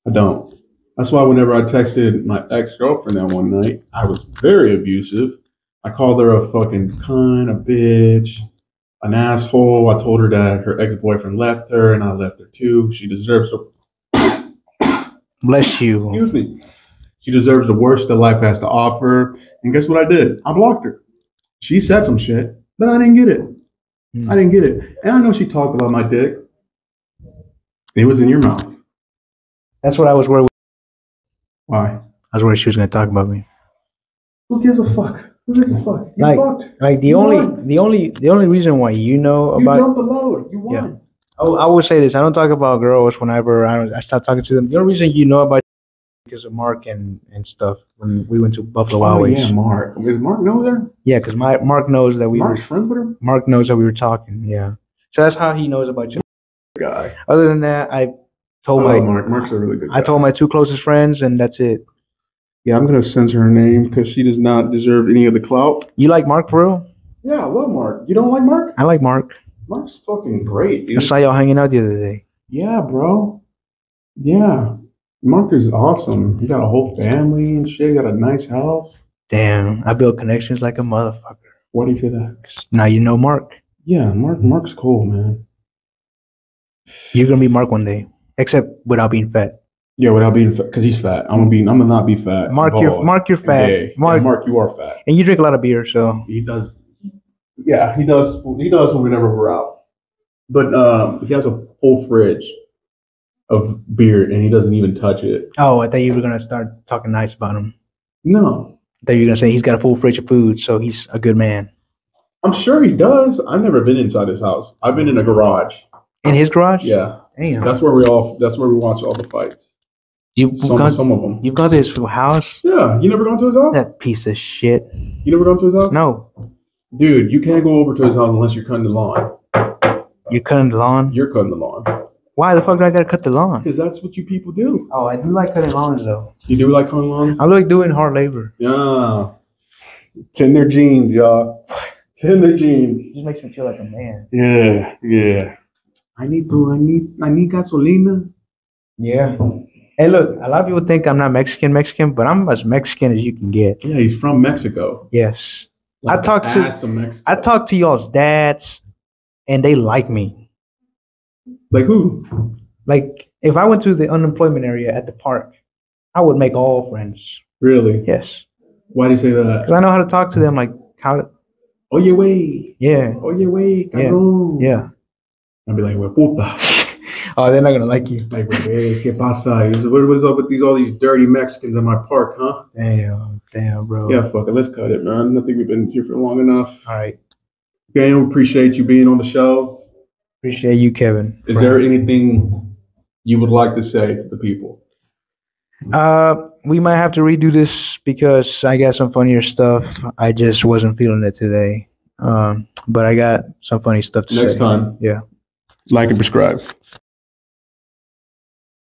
Speaker 1: I don't. That's why whenever I texted my ex girlfriend that one night, I was very abusive. I called her a fucking cunt, a bitch, an asshole. I told her that her ex boyfriend left her and I left her too. She deserves a
Speaker 2: Bless you.
Speaker 1: excuse me. She deserves the worst that life has to offer. And guess what I did? I blocked her. She said some shit, but I didn't get it. I didn't get it. And I know she talked about my dick. It was in your mouth.
Speaker 2: That's what I was worried.
Speaker 1: Why?
Speaker 2: I was worried she was gonna talk about me.
Speaker 1: Who gives a fuck? Who gives a fuck? You
Speaker 2: Like-
Speaker 1: fucked.
Speaker 2: Like the
Speaker 1: You
Speaker 2: only,
Speaker 1: won.
Speaker 2: the only, the only reason why you know
Speaker 1: You
Speaker 2: about
Speaker 1: dumped the load. You won.
Speaker 2: Yeah. I, I will say this: I don't talk about girls whenever I don't. I stop talking to them. The only reason you know about because of Mark and and stuff when we went to Buffalo Wild
Speaker 1: Oh,
Speaker 2: Wings.
Speaker 1: yeah, Mark. Is Mark no there?
Speaker 2: Yeah, because my Mark knows that we
Speaker 1: Mark's
Speaker 2: were.
Speaker 1: friends with him?
Speaker 2: Mark knows that we were talking. Yeah, so that's how he knows about you.
Speaker 1: Guy.
Speaker 2: Other than that, I
Speaker 1: Oh,
Speaker 2: told my
Speaker 1: Mark. Mark's a really good guy.
Speaker 2: I told my two closest friends, and that's it.
Speaker 1: yeah, I'm going to censor her name because she does not deserve any of the clout.
Speaker 2: You like Mark for real?
Speaker 1: Yeah, I love Mark. You don't like Mark?
Speaker 2: I like Mark.
Speaker 1: Mark's fucking great,
Speaker 2: I
Speaker 1: dude.
Speaker 2: saw y'all hanging out the other day.
Speaker 1: Yeah, bro. Yeah. Mark is awesome. He got a whole family and shit. He got a nice house.
Speaker 2: Damn, I built connections like a motherfucker.
Speaker 1: Why do you say that?
Speaker 2: 'Cause Now you know Mark.
Speaker 1: Yeah, Mark. Mark's cool, man.
Speaker 2: You're gonna be Mark one day, except without being fat.
Speaker 1: Yeah, without being fat, because he's fat. I'm gonna be. I'm gonna not be fat.
Speaker 2: Mark, you're
Speaker 1: Bald.
Speaker 2: Mark, you're fat.
Speaker 1: Gay. Yeah,
Speaker 2: Mark,
Speaker 1: Mark, you are fat.
Speaker 2: and you drink a lot of beer, so
Speaker 1: he does yeah he does he does whenever we're out but um he has a full fridge of beer and he doesn't even touch it
Speaker 2: Oh, I thought you were gonna start talking nice about him.
Speaker 1: no
Speaker 2: I thought you were gonna say he's got a full fridge of food, so he's a good man.
Speaker 1: i'm sure he does i've never been inside his house i've been in a garage
Speaker 2: In his garage?
Speaker 1: yeah
Speaker 2: Damn.
Speaker 1: that's where we all that's where we watch all the fights
Speaker 2: You've
Speaker 1: some,
Speaker 2: gone
Speaker 1: some of them
Speaker 2: you've gone to his house?
Speaker 1: yeah you never gone to his house
Speaker 2: That piece of shit.
Speaker 1: you never gone to his house
Speaker 2: No.
Speaker 1: dude you can't go over to his house unless you're cutting the lawn
Speaker 2: You're cutting the lawn?
Speaker 1: you're cutting the lawn
Speaker 2: Why the fuck do I gotta cut the lawn?
Speaker 1: because that's what you people do
Speaker 2: Oh, I do like cutting lawns though.
Speaker 1: you do like cutting lawns
Speaker 2: I like doing hard labor.
Speaker 1: Yeah. It's in their jeans, y'all. *sighs* It's in their jeans.
Speaker 2: It just makes me feel like a man.
Speaker 1: Yeah, yeah. I need to I need I need gasolina.
Speaker 2: Yeah. Hey look, a lot of people think I'm not Mexican Mexican, but I'm as Mexican as you can get.
Speaker 1: Yeah, he's from Mexico.
Speaker 2: Yes. I
Speaker 1: Like the
Speaker 2: talked to-
Speaker 1: ass of Mexico.
Speaker 2: I talk to y'all's dads and they like me.
Speaker 1: like who?
Speaker 2: Like if I went to the unemployment area at the park, I would make all friends.
Speaker 1: Really?
Speaker 2: Yes,
Speaker 1: Why do you say that?
Speaker 2: because I know how to talk to them. Like how?
Speaker 1: Oh yeah way.
Speaker 2: Yeah,
Speaker 1: Oh yeah way,
Speaker 2: Yeah,
Speaker 1: cabrón.
Speaker 2: yeah. *laughs*
Speaker 1: I'd be like, we puta.
Speaker 2: Oh, they're not gonna like you.
Speaker 1: Like, "Wey, ¿qué pasa? He's, What, what is up with these all these dirty Mexicans in my park, huh?
Speaker 2: Damn, damn, bro.
Speaker 1: Yeah, fuck it. Let's cut it, man. I think we've been here for long enough.
Speaker 2: All right.
Speaker 1: Daniel, appreciate you being on the show.
Speaker 2: Appreciate you, Kevin.
Speaker 1: Is there anything you would like to say to the people?
Speaker 2: Uh, we might have to redo this because I got some funnier stuff. I just wasn't feeling it today. Um, but I got some funny stuff to
Speaker 1: Next
Speaker 2: say.
Speaker 1: time.
Speaker 2: Yeah.
Speaker 1: Like and subscribe.